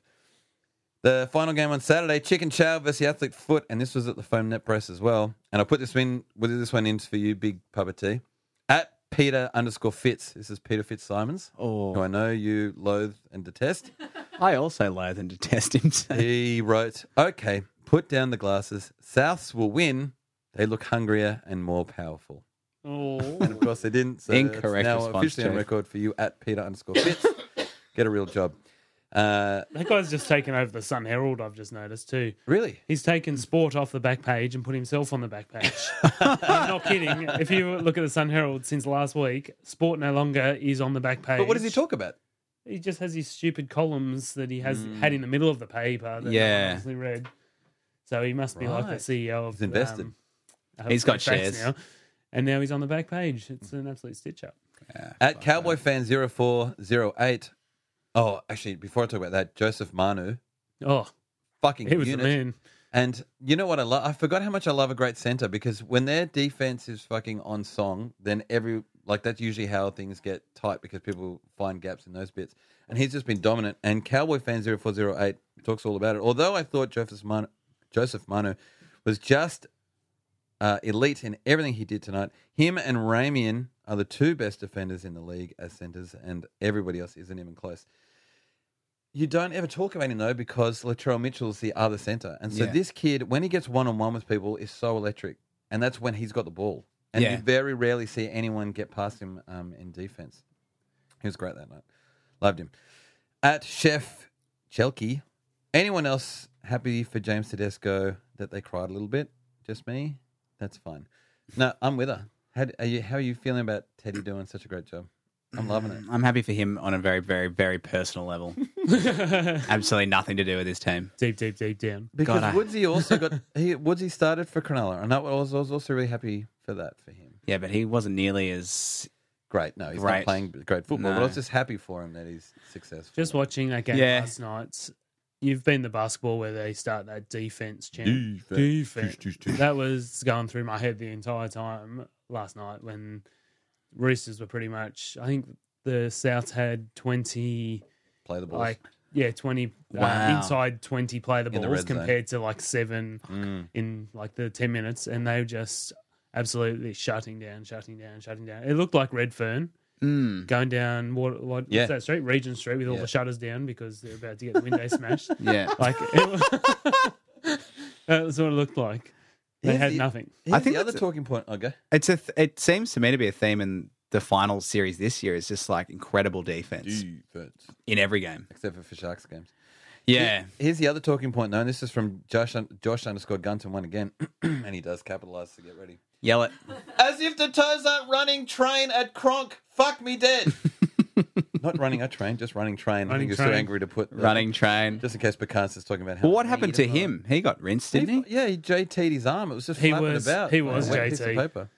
The final game on Saturday, Chicken Chow versus the Athlete Foot, and this was at the Foam Net Press as well. And I put this in with this one in for you, Big Papa T. At Peter underscore Fitz. This is Peter Fitz Simons,
Oh.
who I know you loathe and detest. (laughs)
I also loathe and detest him. so-
He wrote, Okay, put down the glasses. Souths will win. They look hungrier and more powerful.
Oh.
Of course, they didn't. So
Incorrect
it's now
response,
officially on
Jeff.
record for you at Peter underscore Fitz. Get a real job. Uh,
(laughs) That guy's just taken over the Sun Herald, I've just noticed too.
really?
He's taken sport off the back page and put himself on the back page.
(laughs)
I'm not kidding. If you look at the Sun Herald since last week, sport no longer is on the back page.
But what does he talk about?
He just has his stupid columns that he has had in the middle of the paper that
Yeah.
I honestly read. So he must be like
Right.
the CEO of
He's invested.
um, uh,
He's got
Fairfax
shares.
now. And now he's on the back page. It's an absolute stitch up.
At Cowboy Fan 0408. Oh, actually, before I talk about that, Joseph Manu,
Oh,
fucking
he was
unit.
the man.
And you know what I love? I forgot how much I love a great center because when their defense is fucking on song, then every like that's usually how things get tight because people find gaps in those bits. And he's just been dominant. And Cowboy Fan 0408 talks all about it. Although I thought Joseph Manu, Joseph Manu was just uh, elite in everything he did tonight. Him and Ramian are the two best defenders in the league as centers, and everybody else isn't even close. you don't ever talk about him though because Latrell Mitchell's the other center, and so
Yeah.
this kid, when he gets one on one with people, is so electric, and that's when he's got the ball. And
Yeah.
you very rarely see anyone get past him um, in defense. He was great that night. Loved him. At Chef Chelky, anyone else happy for James Tedesco that they cried a little bit? Just me? That's fine. No, I'm with her. How, d- are you, how are you feeling about Teddy doing such a great job? I'm loving
(clears throat)
it.
I'm happy for him on a very, very, very
(laughs)
personal level. Absolutely nothing to do with his team.
(laughs) deep, deep, deep down.
Because
I-
Woodsy also got he Woodsy started for Cronulla, and that was, I was also really happy for that for him.
Yeah, but he wasn't nearly as.
Great, no, he's not
Great.
playing great football, but I
No.
was just happy for him that he's successful.
Just watching that game
Yeah.
last night, you've been the basketball where they start that defense chant. Defense. That was going through my head the entire time last night when Roosters were pretty much. I think the South had twenty,
play the ball.
like yeah, twenty uh,
Wow.
inside twenty play the
In the
balls
red zone.
compared to like seven in like the ten minutes, and they were just absolutely shutting down, shutting down, shutting down. It looked like Redfern
Mm,
going down what, what
Yeah.
what's that street? Regent Street with all
Yeah.
the shutters down because they're about to get the window (laughs) smashed.
(laughs)
yeah.
Like it, (laughs) that's what it looked like. They
Here's
had
the-
nothing.
Here's
I think
the other
that's a-
talking point. Okay,
It's a. Th- it seems to me to be a theme in the final series this year. Is just like incredible defense
defense,
in every game.
except for, for Sharks games.
Yeah,
Here's the other talking point, though, and this is from Josh un- Josh underscore Gunton one again, (clears throat) and he does capitalize to get ready.
yell it.
As if the toes aren't running train at Kronk. Fuck me dead. Not running a train, just running train. I
Running
think he was so
train.
angry to put the-
(laughs) Running train.
Just in case Picasso is talking about how.
Well, what happened to him? He got rinsed,
He-
didn't he?
Yeah, he JT'd his arm. It was just
He
flapping
was-
about.
he
on a
was
wet piece of
JT.
paper.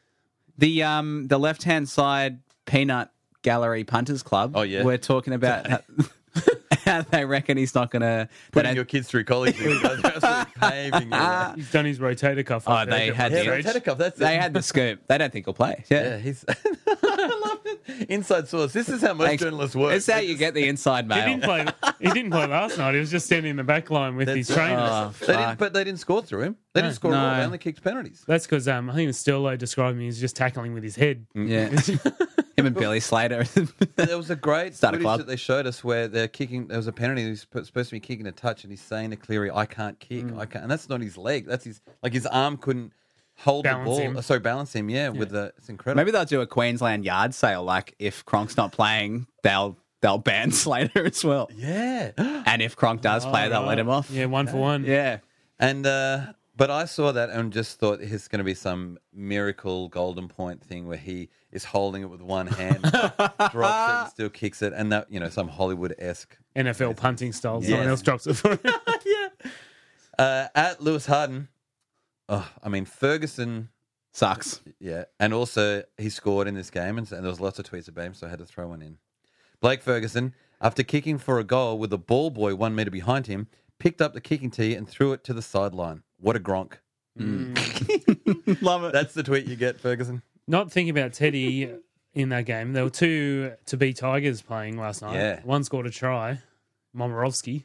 The um the left hand side peanut gallery punters club.
Oh, yeah.
we're talking (laughs) about how, how they reckon he's not gonna. They
Putting
don't-
your kids through college. He's
(laughs)
absolutely paving your way.
He's done his rotator cuff.
Oh,
up there.
they had
Yeah,
the
Rotator cuff, that's it.
they had the scoop. They don't think he'll play. Yeah.
(laughs) Yeah, he's. (laughs) I love it. Inside source. This is how most
Thanks.
journalists work.
It's how you get the (laughs) inside
He didn't
mail.
play. He didn't play last night. He was just standing in the back line with
That's
his
it.
trainers.
Oh,
They didn't-
fuck.
but they didn't score through him. They didn't score at all. They
No.
only kicked penalties.
That's because um, I think Stillo described me as just tackling with his head.
Yeah, (laughs) him and Billy Slater. (laughs)
There was a great
Start a
footage
club.
that they showed us where they're kicking. There was a penalty. He's sp- supposed to be kicking a touch, and he's saying to Cleary, "I can't kick.
Mm.
I can't." And that's not his leg. That's his like his arm couldn't hold
Balance
the ball.
him.
Him. So balance him. Yeah, with the it's incredible.
Maybe they'll do a Queensland yard sale. Like if Cronk's not playing, they'll they'll ban (laughs) Slater as well.
yeah.
And if Cronk does play, they'll let him off.
Yeah, one for one.
Oh, Yeah.
And uh, but I saw that and just thought it's going to be some miracle golden point thing where he is holding it with one hand, drops it, and still kicks it, and that you know some Hollywood esque
NFL punting style. Someone
Yes.
else drops it for him. (laughs)
uh, at Lewis Harden. Oh, I mean Ferguson.
Sucks.
Yeah, and also he scored in this game, and, and there was lots of tweets about him, so I had to throw one in. Blake Ferguson, after kicking for a goal with a ball boy one meter behind him, picked up the kicking tee and threw it to the sideline. What a gronk!
Love it.
That's the tweet you get, Ferguson.
Not thinking about Teddy in that game. There were two to be Tigers playing last night.
Yeah.
One scored a try, Momorowski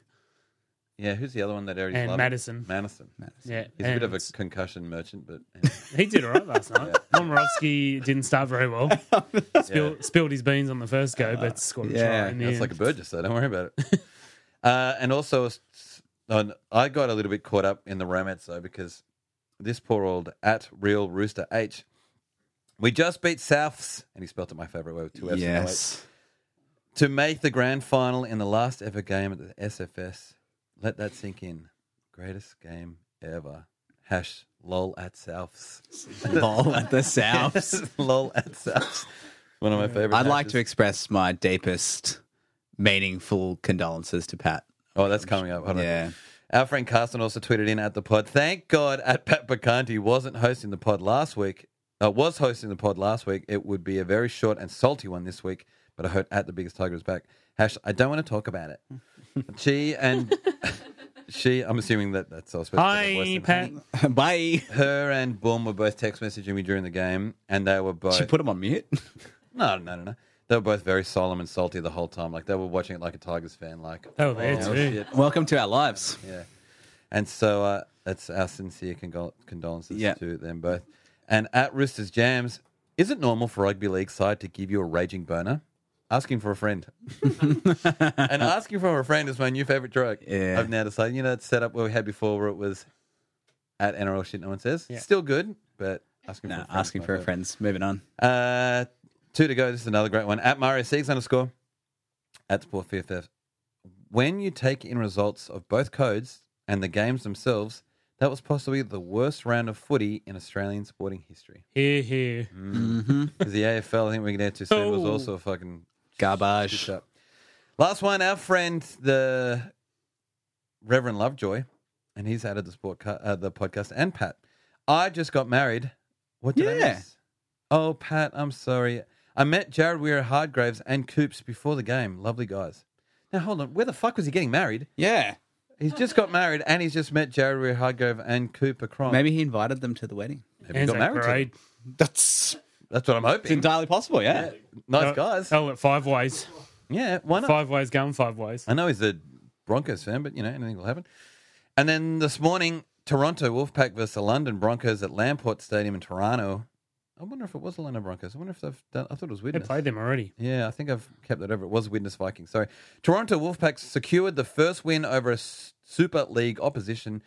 Yeah, who's the other one that already
and
loved?
Madison.
Madison.
Yeah,
He's a bit of a
and-
concussion merchant,
(laughs)
but
He did all right
(laughs)
last night. Momorowski didn't start very well. Spilled, spilled his beans on the first go, but scored a
Yeah,
try. in the
Uh, that's
end.
like a Burgess, so don't worry about it. (laughs) uh, and also, s- on- I got a little bit caught up in the romance though because this poor old at real rooster H. We just beat Souths, and he spelt it my favorite way with two F's. and no H,
Yes.
To make the grand final in the last ever game at the SFS. Let that sink in. Greatest game ever. Hash lol at Souths.
(laughs) Lol at the (laughs) Souths.
(laughs) lol at Souths. One of my favorite.
I'd like
hashes.
to express my deepest, meaningful condolences to (laughs) Pat.
Oh, that's coming up. Hold on.
Yeah.
Our friend Carson also tweeted in at the pod. Thank God at Pat Bacanti wasn't hosting the pod last week. Uh, was hosting the pod last week. It would be a very short and salty one this week, but I hope at the biggest tiger is back. Hash, I don't want to talk about it.
(laughs)
she and (laughs) she, I'm assuming that that's all.
Hi, Pat.
Bye.
Her and Boom were both text messaging me during the game, and they were both.
She put him on mute.
no, no, no, no. They were both very solemn and salty the whole time. Like they were watching it like a Tigers fan. Like "Oh,
They were there too.
shit.
Welcome to our lives.
Yeah. And so uh, that's our sincere condol- condolences
Yeah.
to them both. And at Roosters Jams, is it normal for rugby league side to give you a raging burner? Asking for a
(laughs)
friend. and asking for a friend is my new favorite drug.
Yeah.
I've now decided, you know, that setup we had before where it was at NRL shit, no one says.
Yeah.
Still good, but asking for
No,
a friend. is
asking
my
for a
favorite.
friend's. Moving on.
Uh, two to go. This is another great one. At Mario Siegs underscore at Sport FFF. When you take in results of both codes and the games themselves, that was possibly the worst round of footy in Australian sporting history.
Here, here.
Mm. Mm-hmm.
Because the AFL, I think we can add to soon, was
Oh.
also a fucking
Garbage.
shit up. Last one, our friend, the Reverend Lovejoy, and he's added the sport, co- uh, the podcast, and Pat. I just got married. What did I
Yeah.
miss? Oh, Pat, I'm sorry. I met Jared Weir at Hardgraves and Coops before the game. Lovely guys. Now hold on, where the fuck was he getting married?
Yeah. Oh.
He's just got married and he's just met Jared Weir Hardgrave and Cooper Cron.
Maybe he invited them to the wedding.
Maybe he got married. to them.
parade.
That's
That's what I'm hoping.
entirely possible. Yeah.
Nice guys.
Oh, look, five ways.
Yeah, why not?
Five ways going five ways.
I know he's a Broncos fan, but you know anything will happen. And then this morning, Toronto Wolfpack versus the London Broncos at Lamport Stadium in Toronto. I wonder if it was the London Broncos. I wonder if they've done. I thought it was
They
Witness.
played them already.
Yeah, I think I've kept that over. It was Witness Vikings. Sorry. Toronto Wolfpack secured the first win over a S- Super League opposition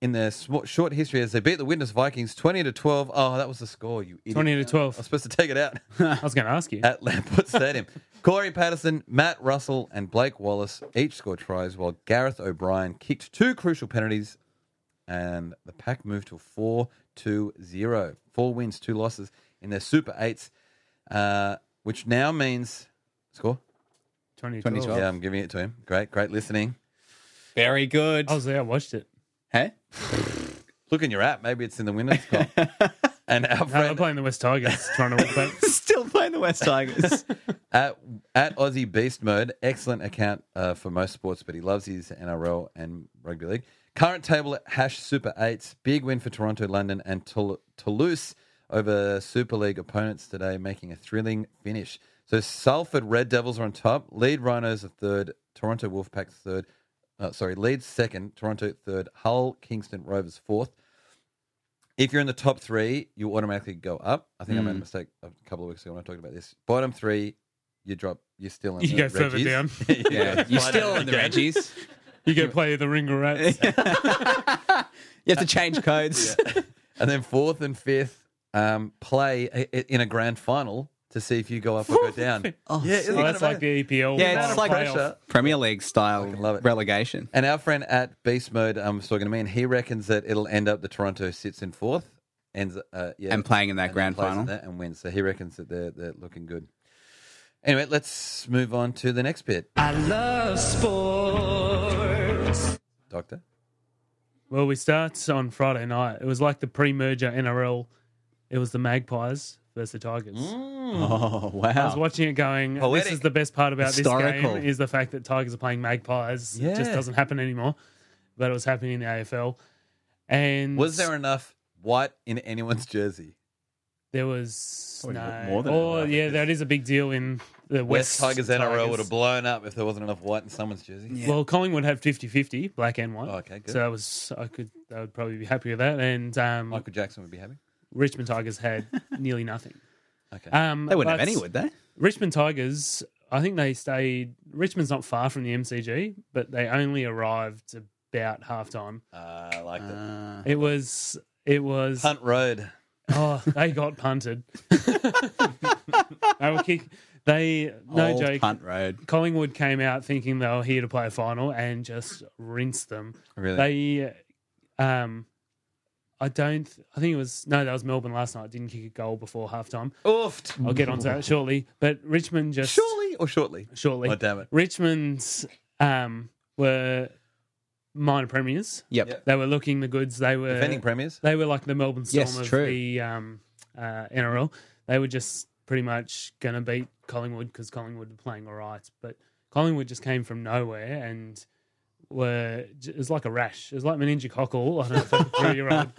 in their sm- short history as they beat the Witness Vikings twenty to twelve. Oh, that was the score. You idiot.
20 to
I was
12.
supposed to take it
(laughs)
out.
I was going to ask you.
at Lamport Stadium. Corey Patterson, Matt Russell, and Blake Wallace each scored tries, while Gareth O'Brien kicked two crucial penalties, and the pack moved to 4 2 0. Four wins, two losses in their Super Eights, uh, which now means score.
20 to
20 to
12.
Yeah, I'm giving it to him. Great, great listening.
Very good.
I was there. I watched it.
Oh. hey.
Look in your app. Maybe it's in the winners' column. and our
No, they're
friend
playing the
(laughs)
West Tigers. trying to walk back.
(laughs) Still playing the West Tigers.
at, at Aussie Beast Mode, excellent account uh, for most sports, but he loves his NRL and rugby league. Current table at hash Super Eights. Big win for Toronto, London, and Toul- Toulouse over Super League opponents today, making a thrilling finish. So Salford Red Devils are on top. Lead Rhinos are third. Toronto Wolfpack's third. Uh, sorry, Leeds second. Toronto third. Hull Kingston Rovers fourth. If you're in the top three, you automatically go up. I think I made a mistake a couple of weeks ago when I talked about this. Bottom three, you drop. You're still in.
You
the
go further
Reggies. (laughs)
down.
You go
(laughs)
(laughs)
yeah. You're
further
still
down
in the
again.
Reggies.
You go play the Ringer
(laughs)
Rats.
You have to change (laughs) codes.
And then fourth and fifth um, play i- i- in a grand final to see if you go up or go down. oh, yeah, isn't
Oh,
that
that's like
amazing?
the EPL.
Yeah,
amount
it's
of
like
pressure.
Premier League style
love it.
relegation.
And our friend at Beast Mode um, was talking to me, and he reckons that it'll end up the Toronto sits in fourth, ends uh, yeah,
And playing in that
then
grand
plays in
final.
that and wins. So he reckons that they're they're looking good. Anyway, let's move on to the next bit. I love sports, Doctor.
Well, we start on Friday night. It was like the pre-merger NRL. It was the Magpies versus the Tigers.
(laughs) Oh
I was
wow.
watching it going,
Mm. Poetic.
this is the best part about
Historical.
this game is the fact that Tigers are playing Magpies. It just
Yeah.
doesn't happen anymore. But it was happening in the AFL. And
Was there enough white in anyone's jersey?
there was
Probably
no,
more than
Oh,
enough, I
yeah, that is a big deal in the
West,
West,
Tigers NRL would have blown up if there wasn't enough white in someone's jersey.
Well, Collingwood had 50-50, black and white.
Oh, okay, good.
So that was I could I would probably be happy with that. And um,
Michael Jackson would be happy.
Richmond Tigers had nearly nothing.
Okay.
Um,
They wouldn't have
but
any, would they?
Richmond Tigers, I think they stayed. Richmond's not far from the MCG, but they only arrived about halftime.
Uh, I like that.
Uh,
It was. It was.
Hunt Road.
Oh, they
(laughs)
got punted. they were kick. They no
old
joke.
Punt road.
Collingwood came out thinking they were here to play a final and just rinsed them.
Really?
They, um, I don't. I think it was no. That was Melbourne last night. Didn't kick a goal before halftime.
Oofed.
I'll get onto that shortly. But Richmond just
Surely or shortly?
shortly.
Oh, damn it.
Richmond's um, were minor premiers.
Yep.
Yep.
They were looking the goods. They were
Defending premiers.
They were like the Melbourne Storm
Yes,
of
true.
the um, uh, NRL. They were just pretty much going to beat Collingwood because Collingwood were playing all right. But Collingwood just came from nowhere and were j- it was like a rash. It was like meningococcal on a three
(laughs)
year old.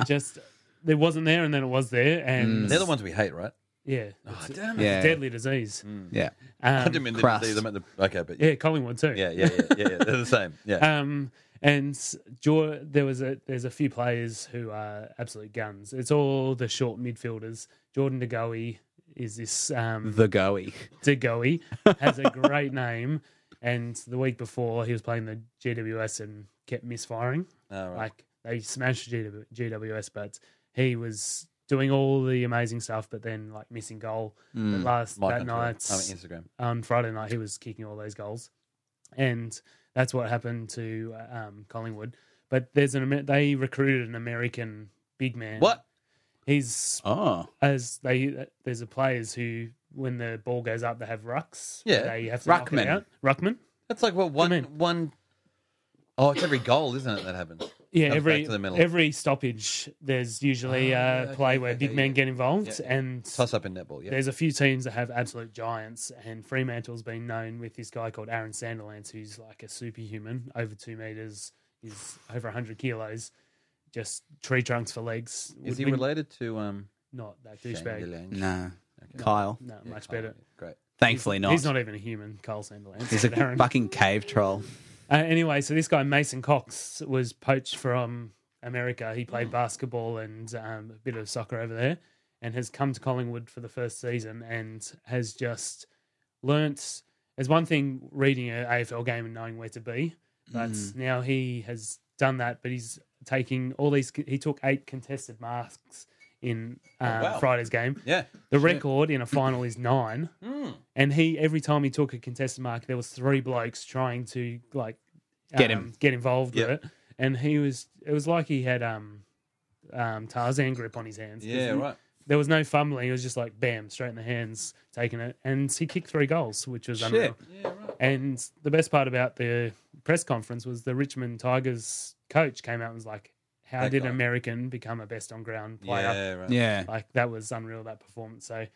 It just it wasn't there and then it was there and
Mm. They're the ones we hate, right?
yeah,
Oh,
it's,
damn
it's
Yeah.
a deadly disease.
Mm.
Yeah.
I didn't
Um,
mean to
crust.
see them at the. Okay, but yeah.
yeah, Collingwood too.
Yeah, yeah, yeah, yeah, yeah. They're the same. Yeah.
Um, and Jor, there was a there's a few players who are absolute guns. It's all the short midfielders. Jordan De Goey is
(laughs)
this um,
The Goey.
Degoe has a great name. And the week before, he was playing the GWS and kept misfiring.
Oh, right.
Like they smashed GW, GWS, but he was doing all the amazing stuff, but then like missing goal. But
Mm.
last
Mike
that
on Twitter-
night,
on Instagram.
on um, Friday night, he was kicking all those goals, and that's what happened to uh, um, Collingwood. But there's an Amer- they recruited an American big man.
What?
he's
Oh.
as they there's a players who when the ball goes up they have rucks.
Yeah.
they have to knock it
Ruckman.
out. Ruckman.
That's like what one
mean?
one oh, it's every goal, isn't it? That happens.
Yeah,
Comes
every
back to the middle.
every stoppage there's usually
Ah,
a
okay,
play where
okay,
big men
yeah.
get involved
Yeah.
and
Toss up in netball. Yeah.
There's a few teams that have absolute giants, and Fremantle's been known with this guy called Aaron Sanderlands, who's like a superhuman, over two meters, he's over 100 kilos, just tree trunks for legs.
Is
Would
he
win-
related to um?
Not that douchebag.
Shandy
No. Kyle.
No,
Yeah,
much
Kyle,
better.
yeah, Great.
Thankfully not.
He's not even a human, Carl Sanderlands.
He's a
but
(laughs)
Aaron.
fucking cave troll.
Uh, anyway, so this guy Mason Cox was poached from America. He played basketball and um, a bit of soccer over there, and has come to Collingwood for the first season and has just learnt. There's one thing reading an AFL game and knowing where to be, but now he has done that. But he's taking all these. He took eight contested marks in uh,
wow.
Friday's game.
Yeah.
The record in a final is nine, and he every time he took a contested mark, there was three blokes trying to like
Get
um,
him.
get involved
Yep.
with it, and he was it was like he had um um Tarzan grip on his hands.
Yeah. Right.
There was no fumbling; it was just like bam, straight in the hands, taking it, and he kicked three goals, which was unreal.
Yeah. Right.
And the best part about the press conference was the Richmond Tigers coach came out and was like, "How
That
did
guy.
an American become a best on ground player?"
Yeah. Right.
Yeah.
Like that was unreal that performance. So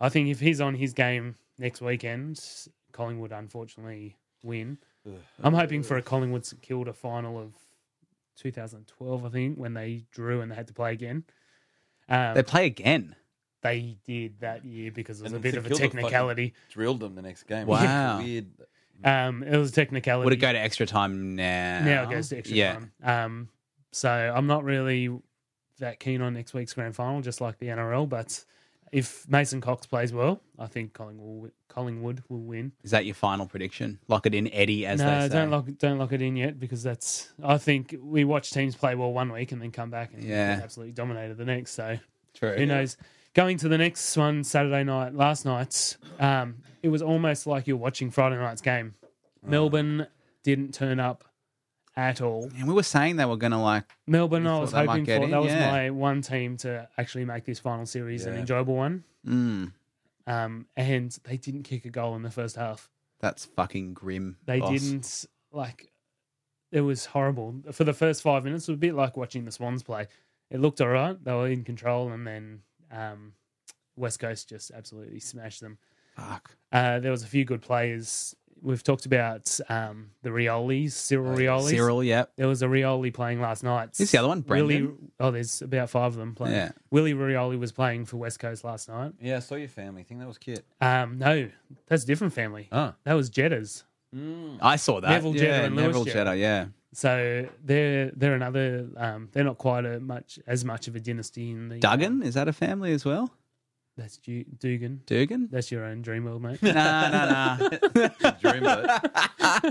I think if he's on his game next weekend, Collingwood unfortunately win. I'm hoping for a Collingwood St Kilda final of 2012, I think, when they drew and they had to play again. Um,
They
they,
play again.
did that year because it was
And
a
then
bit
St
of a
Kilda fucking-
technicality.
Drilled them the next game.
Wow.
Weird. Mm.
Um, it was a technicality.
Would it go to extra time now?
now it goes to extra
yeah.
time. Um, so I'm not really that keen on next week's grand final, just like the NRL. But if Mason Cox plays well, I think Collingwood will, Collingwood will win.
Is that your final prediction? Lock it in, Eddie, as
no,
they say.
don't lock don't lock it in yet because that's. I think we watch teams play well one week and then come back and
Yeah.
get absolutely dominated the next. So
True.
who knows? Going to the next one Saturday night, last night, um, it was almost like you're watching Friday night's game. Melbourne didn't turn up at all.
And we were saying they were going to like
Melbourne,
You
I
thought
was
they might
hoping for.
get in,
that was
yeah.
my one team to actually make this final series an
Yeah.
enjoyable one.
Mm,
Um, and they didn't kick a goal in the first half.
that's fucking grim.
They
boss.
didn't like. It was horrible for the first five minutes. It was a bit like watching the Swans play. It looked all right. They were in control, and then um, West Coast just absolutely smashed them.
Fuck.
Uh, there was a few good players. We've talked about um, the Riolis, Cyril Riolis.
Oh, Cyril, yep.
There was a Rioli playing last night.
Who's the other one?
Willie,
Brendan?
oh, there's about five of them playing.
Yeah.
Willie Rioli was playing for West Coast last night.
Yeah. I saw your family thing. That was cute.
Um, no, that's a different family.
Oh.
Ah.
That was Jeddah's.
I saw that.
Neville Jetta
yeah,
and Lewis
Neville
Jetta.
Jetta, yeah.
So they're they're another. Um, they're not quite a much as much of a dynasty in the
Duggan, is that a family as well?
That's du- Dugan.
Dugan?
That's your own dream world, mate.
(laughs) nah, nah, nah.
Dreamboat.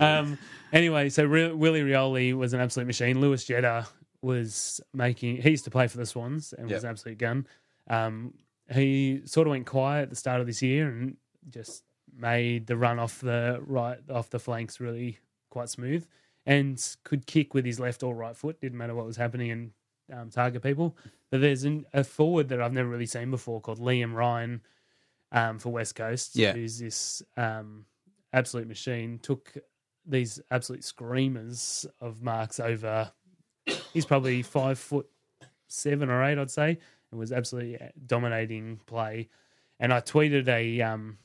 um, anyway, so Re- Willie Rioli was an absolute machine. Lewis Jeddah was making. He used to play for the Swans and
Yep.
was an absolute gun. Um, he sort of went quiet at the start of this year and just made the run off the right off the flanks really quite smooth and could kick with his left or right foot. Didn't matter what was happening and um, target people. But there's an, a forward that I've never really seen before called Liam Ryan um, for West Coast.
Yeah.
who's this um, absolute machine? Took these absolute screamers of marks over. He's probably five foot seven or eight, I'd say, and was absolutely dominating play. And I tweeted a um,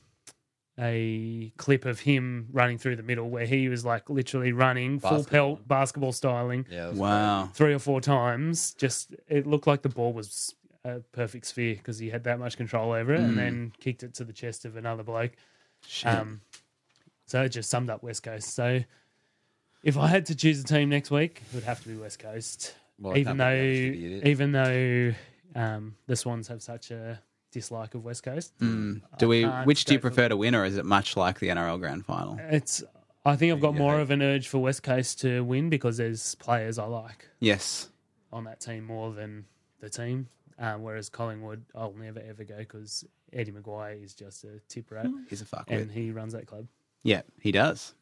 a clip of him running through the middle where he was like literally running full
Basketball.
pelt basketball styling
(laughs) Yeah. that was
(laughs) wow.
three or four times. Just it looked like the ball was a perfect sphere because he had that much control over it,
Mm.
and then kicked it to the chest of another bloke. Um, so it just summed up West Coast. So if I had to choose a team next week, it would have to be West Coast.
Well, I
even
can't
though,
believe how shitty it is.
even though um, the Swans have such a dislike of West Coast.
Mm.
Hmm. Do we?
can't
Which do you
go for
prefer to win, or is it much like the NRL Grand Final?
It's I think I've got more of an urge for West Coast to win because there's players I like
Yes.
on that team more than the team. Um, whereas Collingwood, I'll never ever go because Eddie McGuire is just a tip rat
He's a fuckwit.
and he runs that club.
Yeah, he does.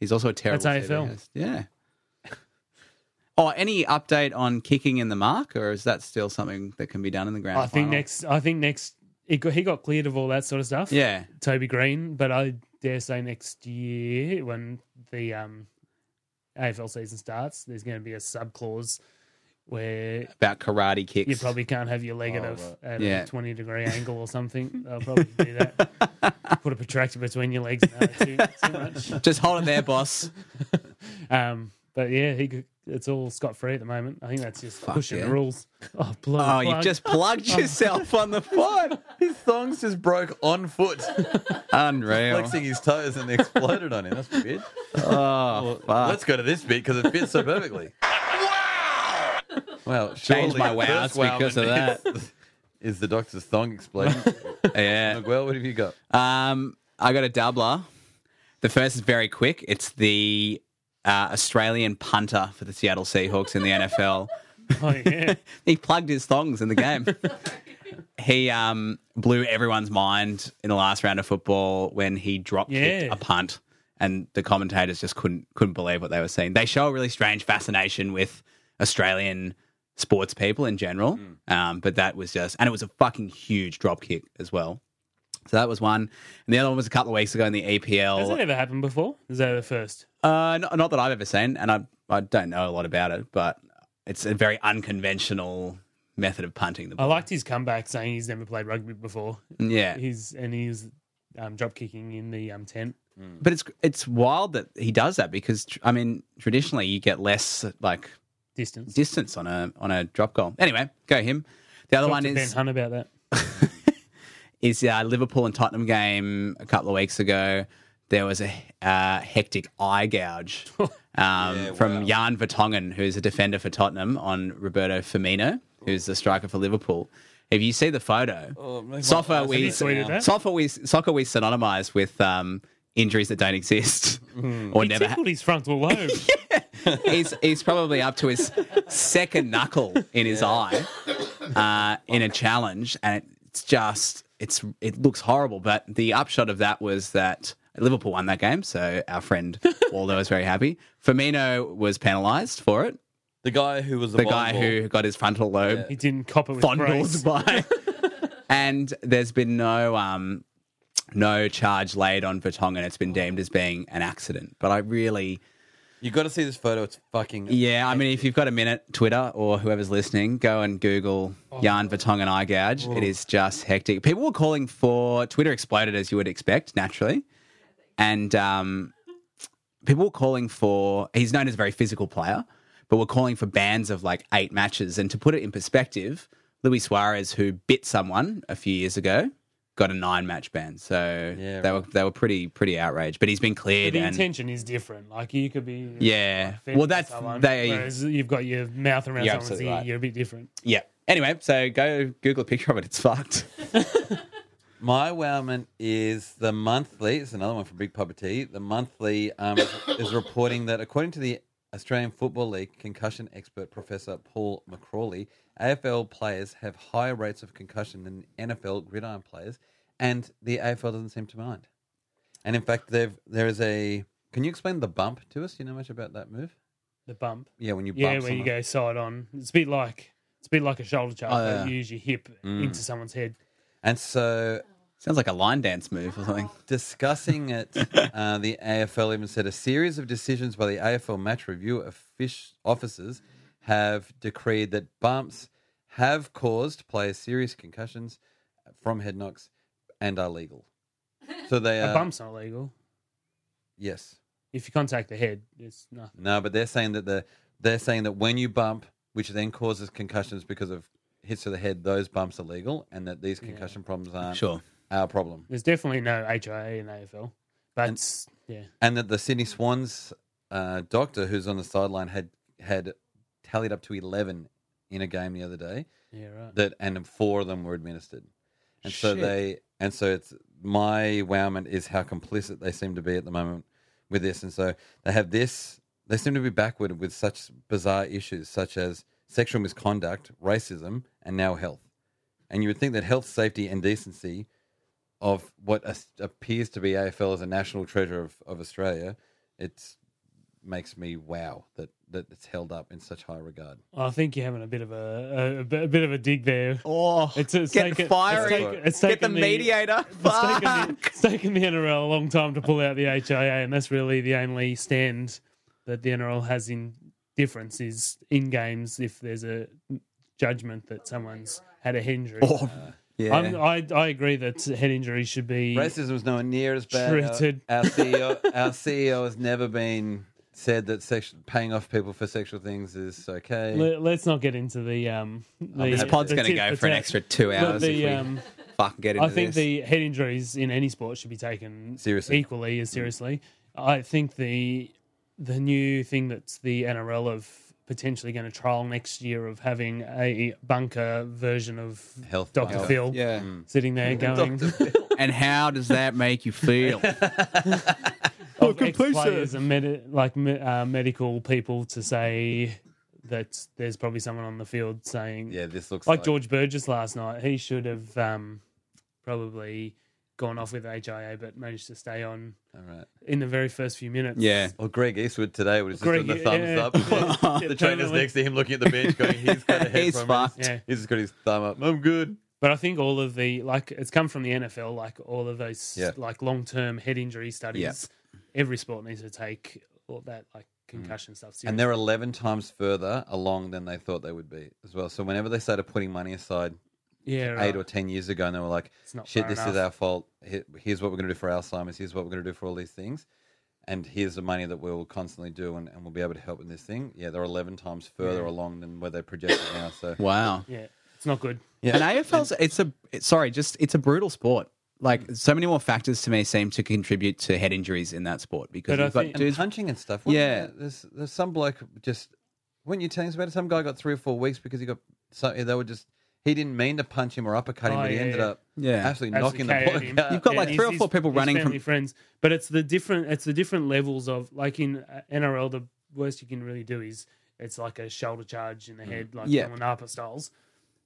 He's also a terrible
That's
TV
AFL.
host. Yeah. (laughs) Oh, any update on kicking in the mark, or is that still something that can be done in the grand?
I think
final?
next. I think next. He got, he got cleared of all that sort of stuff.
Yeah,
Toby Green, but I dare say next year when the um, AFL season starts, there's going to be a sub clause where
about karate kicks.
you probably can't have your leg at, a, at
Oh, Yeah.
a 20 degree angle
(laughs)
or something. They'll probably do that. Put a protractor between your legs. No, too, too
(laughs)
much.
just hold it there,
(laughs)
boss.
Um, but yeah, he could, it's all scot free at the moment. I think that's just pushing
yeah.
the rules. (laughs) Oh, blow,
Oh,
plug.
you've just
(laughs)
plugged yourself on the pod.
His thongs just broke on foot, (laughs)
Unreal.
flexing his toes, and they exploded on him. That's weird.
Oh, fuck.
Let's go to this bit because it fits so perfectly. wow! Well,
Change
surely
my
the
wows
first wow
because of that.
(laughs) Is the doctor's thong (laughs) exploding?
Yeah.
Miguel, what have you got?
Um, I got a doubler. The first is very quick. It's the uh, Australian punter for the Seattle Seahawks in the NFL.
Oh,
(laughs)
yeah.
he plugged his thongs in the game. he um, blew everyone's mind in the last round of football when he dropped
Yeah.
a punt, and the commentators just couldn't couldn't believe what they were seeing. They show a really strange fascination with Australian sports people in general, um, but that was just, and it was a fucking huge drop kick as well. So that was one, and the other one was a couple of weeks ago in the EPL.
Has that ever happened before? Is that the first?
Uh, not, not that I've ever seen, and I I don't know a lot about it, but it's a very unconventional method of punting the
I
ball.
liked his comeback saying he's never played rugby before.
yeah,
He's and he's um, drop kicking in the um, tent.
but it's it's wild that he does that because tr- I mean traditionally you get less like
distance.
distance on a on a drop goal. Anyway, go him. The other
Talk
one
to Ben
is
Hunt about that.
is the uh, Liverpool and Tottenham game a couple of weeks ago. There was a uh, hectic eye
(laughs)
gouge um, from Jan Vertonghen, who's a defender for Tottenham, on Roberto Firmino, who's the striker for Liverpool. If you see the photo,
Oh,
soccer we
Have you tweeted that?
soccer we soccer we synonymize with um, injuries that don't exist or
He
never. Ha-
tickled his frontal
(laughs)
lobe.
he's he's probably up to his second knuckle in his eye uh, in a challenge, and it's just it's it looks horrible. But the upshot of that was that Liverpool won that game, so our friend Waldo was very happy. Firmino was penalised for it.
The guy who was the,
The
bowling
guy
ball.
who got his frontal lobe
he didn't cop it with
fondled
grace.
by, and there's been no um. No charge laid on Vertonghen. It's been deemed as being an accident. But I really,
you got to see this photo. It's fucking
yeah, I mean, if you've got a minute, Twitter or whoever's listening, go and Google Jan Vertonghen eye gouge. It is just hectic. People were calling for Twitter exploded as you would expect, naturally, and um, people were calling for. He's known as a very physical player, but we're calling for bans of like eight matches. And to put it in perspective, Luis Suarez, who bit someone a few years ago, got a nine match ban. So
Yeah,
they were they were pretty pretty outraged. But he's been
But
cleared
the
and.
intention is different. Like you could be
Yeah.
like, offending
Well, that's-
someone,
they-
Whereas you've got your mouth around
You're
someone's
absolutely
ear,
right.
you're a bit different.
Yeah. Anyway, so go Google a picture of it. It's fucked.
My wowment is the monthly. It's another one from Big Papa T. The monthly um, is reporting that according to the Australian Football League concussion expert Professor Paul McCrawley, AFL players have higher rates of concussion than NFL gridiron players, and the AFL doesn't seem to mind. And in fact, they've, there is a. Can you explain the bump to us? Do you know much about that move?
The bump.
Yeah, when you bump
Yeah, where
someone.
you go side on. It's a bit like it's a bit like a shoulder charge.
Oh,
but
yeah. Mm.
you use your hip into someone's head.
And so
Sounds like a line dance move or something.
discussing it, uh, the AFL even said a series of decisions by the AFL match review of fish officers have decreed that bumps have caused players serious concussions from head knocks and are legal. So they are
(laughs) a bump's not legal.
yes,
If you contact the head, it's nothing.
no, but they're saying that the they're saying that when you bump, which then causes concussions because of hits to the head, those bumps are legal, and that these concussion problems aren't
Sure.
our problem.
There's definitely no HIA in AFL. But yeah.
and that the Sydney Swans uh, doctor who's on the sideline had had tallied up to eleven in a game the other day
Yeah, right.
that and four of them were administered. And so they and so it's my wowment is how complicit they seem to be at the moment with this. And so they have this they seem to be backward with such bizarre issues such as sexual misconduct, racism, and now health. And you would think that health, safety, and decency of what as- appears to be AFL as a national treasure of, of Australia, it makes me wow that, that it's held up in such high regard.
I think you're having a bit of a a, a bit a bit of a dig there.
Oh,
It's, it's
getting
taken,
fiery.
It's taken, it's
Get the
taken
mediator.
(laughs) It's taken, the, it's taken the NRL a long time to pull out the HIA, and that's really the only stand that the NRL has in difference is in games if there's a judgment that someone's had a head injury.
Oh. yeah.
I'm, I I agree that head injuries should be
Racism is nowhere near as bad.
Treated.
Our, our CEO, our CEO has never been said that sex, paying off people for sexual things is okay.
Let, let's not get into the um. The,
this pod's
the
going to
tit
go
for
for an
tat.
extra two
But
hours
the,
if we
um,
fucking get into
I think
this.
the head injuries in any sport should be taken
Seriously.
equally as seriously. I think the the new thing that's the NRL of potentially going to trial next year of having a bunker version of
Health
Dr.
bunker.
Phil
yeah.
sitting there going
Mm. And how does that make you feel?
of ex-players and med- like me- uh, medical people to say that there's probably someone on the field saying
yeah, this looks
like
like,
George Burgess last night. He should have um, probably gone off with HIA, but managed to stay on
All right.
in the very first few minutes.
yeah.
Or Greg Eastwood today was just
Greg,
doing the thumbs
(laughs) yeah,
up.
yeah, yeah,
the trainer's
totally.
next to him looking at the bench going, (laughs) he's got a head
He's
from us."
fucked.
Yeah.
He's just got his thumb up. I'm good.
But I think all of the like it's come from the NFL, like all of those
Yeah.
like long term head injury studies. Every sport needs to take all that like concussion stuff seriously.
Mm. And they're 11 times further along than they thought they would be as well. So whenever they started putting money aside
yeah,
eight
right.
or 10 years ago and they were like,
It's not
shit,
far
this is
enough.
our fault. Here- Here's what we're going to do for Alzheimer's. Here's what we're going to do for all these things. And here's the money that we'll constantly do and, and we'll be able to help in this thing. Yeah, they're 11 times further along than where they projected now.
(coughs)
So
Wow.
yeah, it's not good.
Yeah.
And AFL's it's a it's, sorry, just it's a brutal sport. Like
Mm.
so many more factors to me seem to contribute to head injuries in that sport because
But I
you've got
think-
and
dudes.
punching and stuff.
Yeah.
yeah, there's there's some bloke just. Weren't you telling us about it? Some guy got three or four weeks because he got. So they were just. He didn't mean to punch him or uppercut him,
Oh,
but he
yeah,
ended
yeah.
up
Yeah.
absolutely knocking
Absolutely
the
KO'd him.
bloke out.
You've got like
his-
three or
his-
four people
his
running
family
from.
friends, but it's the different. It's the different levels of like in uh, NRL. The worst you can really do is it's like a shoulder charge
Mm.
in the head, like
Yeah.
Dylan Harper styles.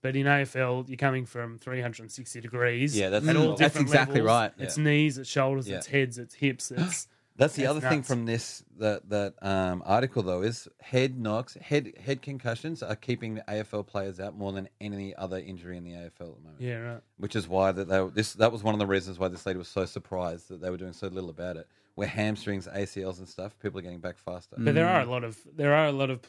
But in AFL, you're coming from 360 degrees.
Yeah, that's
at
Mm.
all
That's
different
exactly
levels.
right.
It's knees, it's shoulders,
Yeah.
it's heads, it's
(gasps)
hips, it's
That's the
That's
other thing
nuts.
from this that that um, article though is head knocks, head head concussions are keeping the AFL players out more than any other injury in the AFL at the moment.
yeah, right.
which is why that they, this that was one of the reasons why this lady was so surprised that they were doing so little about it. Where hamstrings, ACLs, and stuff, people are getting back faster
But there
Mm.
are a lot of there are a lot of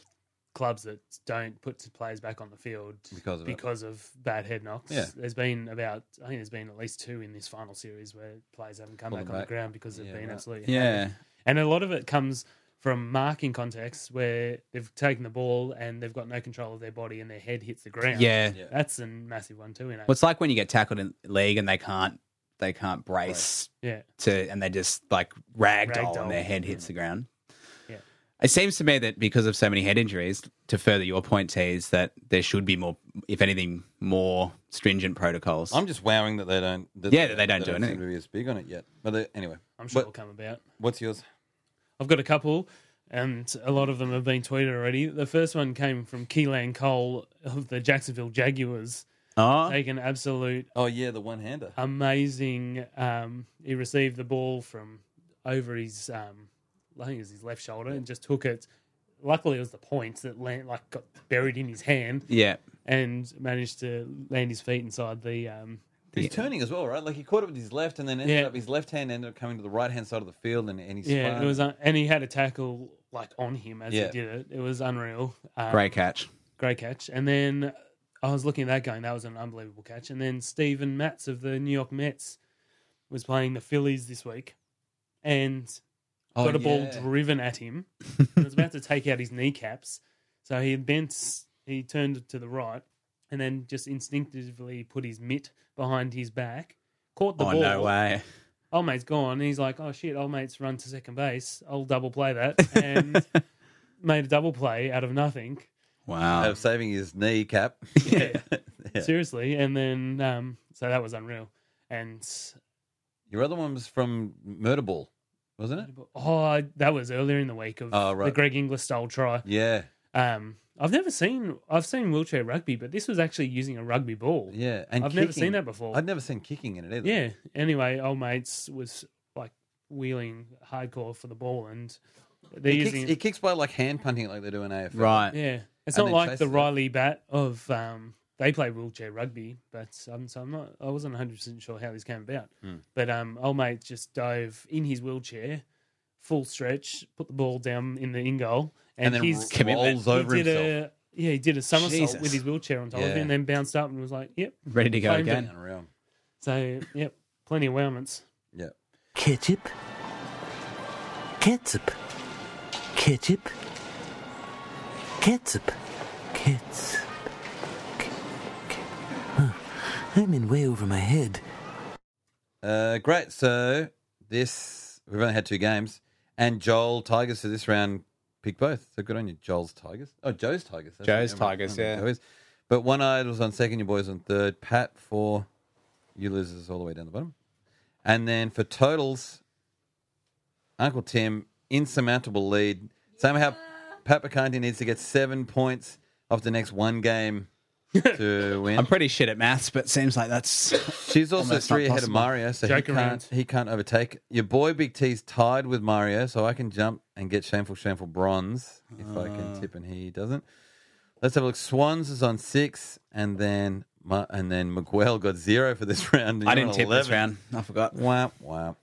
clubs that don't put players back on the field
because of it.
because of bad head knocks.
Yeah.
There's been about I think there's been at least two in this final series where players haven't come
Pulled
back
them
on the
back.
ground because they've
Yeah,
been
right.
absolutely
Yeah.
And a lot of it comes from marking contexts where they've taken the ball and they've got no control of their body and their head hits the ground.
Yeah.
That's a massive one too, you know.
Well, it's like when you get tackled in league and they can't they can't brace
yeah.
to and they just like ragdoll,
Ragdoll. Mm.
and their head hits the ground.
Yeah.
It seems to me that because of so many head injuries, to further your point, T, is that there should be more, if anything, more stringent protocols.
I'm just wowing that they don't. That
Yeah, that they don't do
seem
anything.
to be as big on it yet. But they, anyway,
I'm sure
What-
it'll come about.
what's yours?
I've got a couple, and a lot of them have been tweeted already. The first one came from Keelan Cole of the Jacksonville Jaguars.
oh,
Taken absolute
Oh yeah, the one hander.
Uh,
amazing. Um, he received the ball from over his, um, I think it was his left shoulder, and just took it. Luckily, it was the point that land, like got buried in his hand
yeah.
and managed to land his feet inside the. Um,
He's turning as well, right? Like he caught it with his left, and then ended
Yeah.
up his left hand ended up coming to the right hand side of the field, and, and he
yeah,
spun.
it was, un- and he had a tackle like on him as
Yeah.
he did it. It was unreal. Um,
Great catch.
Great catch. And then uh, I was looking at that going, that was an unbelievable catch. And then Stephen Matz of the New York Mets was playing the Phillies this week and
Oh,
got a ball
yeah.
driven
(laughs)
at him. and it was about to take out his kneecaps. So he bent, he turned to the right and then just instinctively put his mitt behind his back, caught the
Oh,
ball.
no way.
Old mate's gone. And he's like, oh shit, old mate's run to second base. I'll double play that.
(laughs)
And made a double play out of nothing.
Wow.
Out of saving his kneecap.
(laughs)
(laughs)
Yeah. seriously. And then, um, so that was unreal. And
Your other one was from Murder Ball, wasn't it?
oh, that was earlier in the week of
Oh, right.
the Greg Inglis style try.
Yeah,
Um, I've never seen I've seen wheelchair rugby, but this was actually using a rugby ball.
yeah. And
I've never
kicking.
seen that before.
I'd never seen kicking in it either.
Yeah. Anyway, old mates was like wheeling hardcore for the ball, and they're
He
using
kicks, he kicks by like hand punting like they do in AFL.
Right.
yeah. It's
and
not
then
like
chases
the
it.
Riley bat of um, they play wheelchair rugby, but um, so I'm not I wasn't 100 percent sure how this came about.
Hmm.
But um, old mate just dove in his wheelchair, full stretch, put the ball down in the in goal,
And,
and,
then
his
ro- rolls over
he did
himself.
a yeah he did a somersault
Jesus.
with his wheelchair on top of
Yeah.
him, and then bounced up and was like, yep.
Ready to go
Claimed it.
again.
Unreal.
So yep, plenty of wowments.
Yeah.
Ketchup. Ketchup. Ketchup. Ketchup. Ketchup. Ke- ke- huh. I'm in way over my head.
Uh, great. So this we've only had two games, and Joel Tigers for this round picked both. So good on you, Joel's Tigers. Oh, Joe's Tigers. that's
Joe's
right.
Tigers,
Oh,
yeah.
Joe's. But one eyed was on second, your boys on third. Pat for you losers all the way down the bottom, and then for totals, Uncle Tim insurmountable lead. Somehow, Pat Picanti needs to get seven points off the next one
(laughs)
game to win.
I'm pretty shit at maths, but seems like that's
She's also
Almost
three ahead of
impossible.
Mario, so he
Joke
can't,
around.
he can't overtake. Your boy Big T's tied with Mario, so I can jump and get shameful, shameful bronze if I can tip and he doesn't. Let's have a look. Swans is on six, and then Ma- and then Miguel got zero for this (laughs) round. and
I
you're
didn't
on
tip
11.
this round. I forgot.
Wow, wow.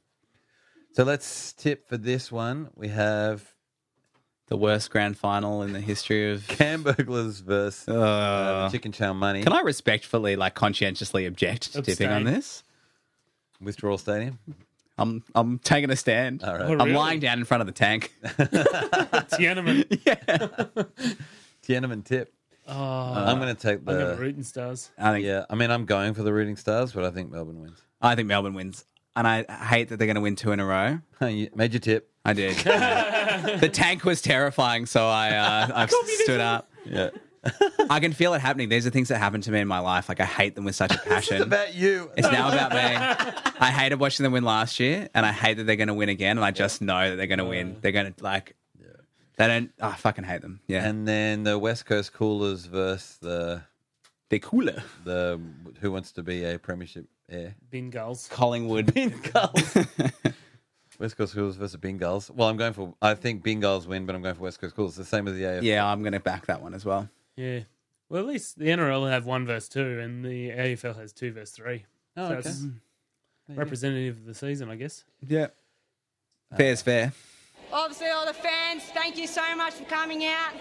So let's tip for this one. We have
The worst grand final in the history of.
Camburglers versus uh, the Chicken Chow Money,
Can I respectfully, like, conscientiously object to tipping on
Abstain.
this?
Withdrawal Stadium.
I'm I'm taking a stand.
All right.
Oh,
I'm
really?
lying down in front of
(laughs)
the tank.
(laughs) Tiananmen.
Tiananmen tip.
Oh,
I'm going to take
I
the.
got rooting stars.
I think
Yeah, I mean, I'm going for the Rooting Stars, but I think Melbourne wins.
I think Melbourne wins, and I hate that they're going to win two in a row.
(laughs) You- Major tip.
I
(laughs)
did. the tank was terrifying, so I
(laughs)
uh, I've stood up.
Yeah.
I can feel it happening. These are things that happen to me in my life. Like I hate them with such
(laughs)
a passion.
About you.
It's now about me. I hated watching them win last year, and I hate that they're going to win again. And I just know that they're going to win. They're going to like. They don't. I fucking hate them. Yeah,
And then the West Coast Coolers versus the
they're cooler.
the who wants to be a premiership heir.
Bin goals.
(laughs)
Collingwood.
West Coast Coolers versus Bengals. Well, I'm going for. I think Bengals win, but I'm going for West Coast Coolers. The same as the AFL.
yeah, I'm going to back that one as well.
Yeah. Well, at least the NRL have one verse two, and the AFL has two verse three.
Oh,
so
okay.
it's representative of the season,
(laughs)
I guess.
Yeah, fair's fair.
Obviously, all the fans, thank you so much for coming out.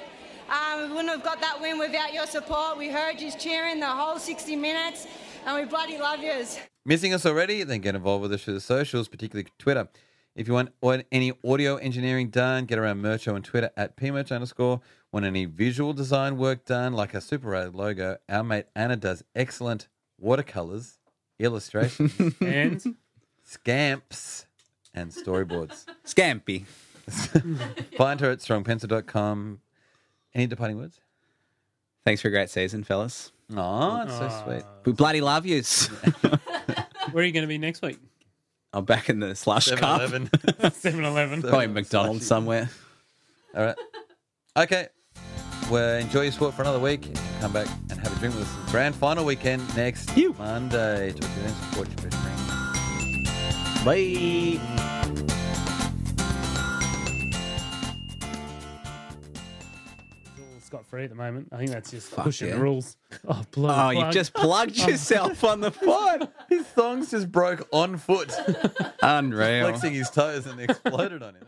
Um, we wouldn't have got that win without your support. We heard you cheering the whole 60 minutes, and we bloody love yous.
Missing us already? Then get involved with us through the socials, particularly Twitter. If you want au- any audio engineering done, get around Mercho on Twitter at pmerch underscore. Want any visual design work done, like our Super Rad logo, our mate Anna does excellent watercolors, illustrations,
And
scamps, and storyboards.
Scampy.
Find her at strongpencil.com. Any departing words?
Thanks for a great season, fellas.
Oh, it's so sweet.
We bloody love (laughs) yous.
where are you going to be next week?
I'm back in the slush cup. (laughs)
7-Eleven.
7 Eleven.
Probably McDonald's somewhere.
All right. Okay. Well, enjoy your sport for another week. Come back and have a drink with us. It's Grand final weekend next Monday. Talk to you then. Support your best friend.
Bye.
Scot free at the moment. I think that's just
Fuck
pushing
yeah.
the rules. (laughs) Oh, bloody.
Oh, you
plug.
just plugged yourself on the pod.
(laughs) His thongs just broke on foot,
(laughs) Unreal.
flexing his toes, and exploded on him.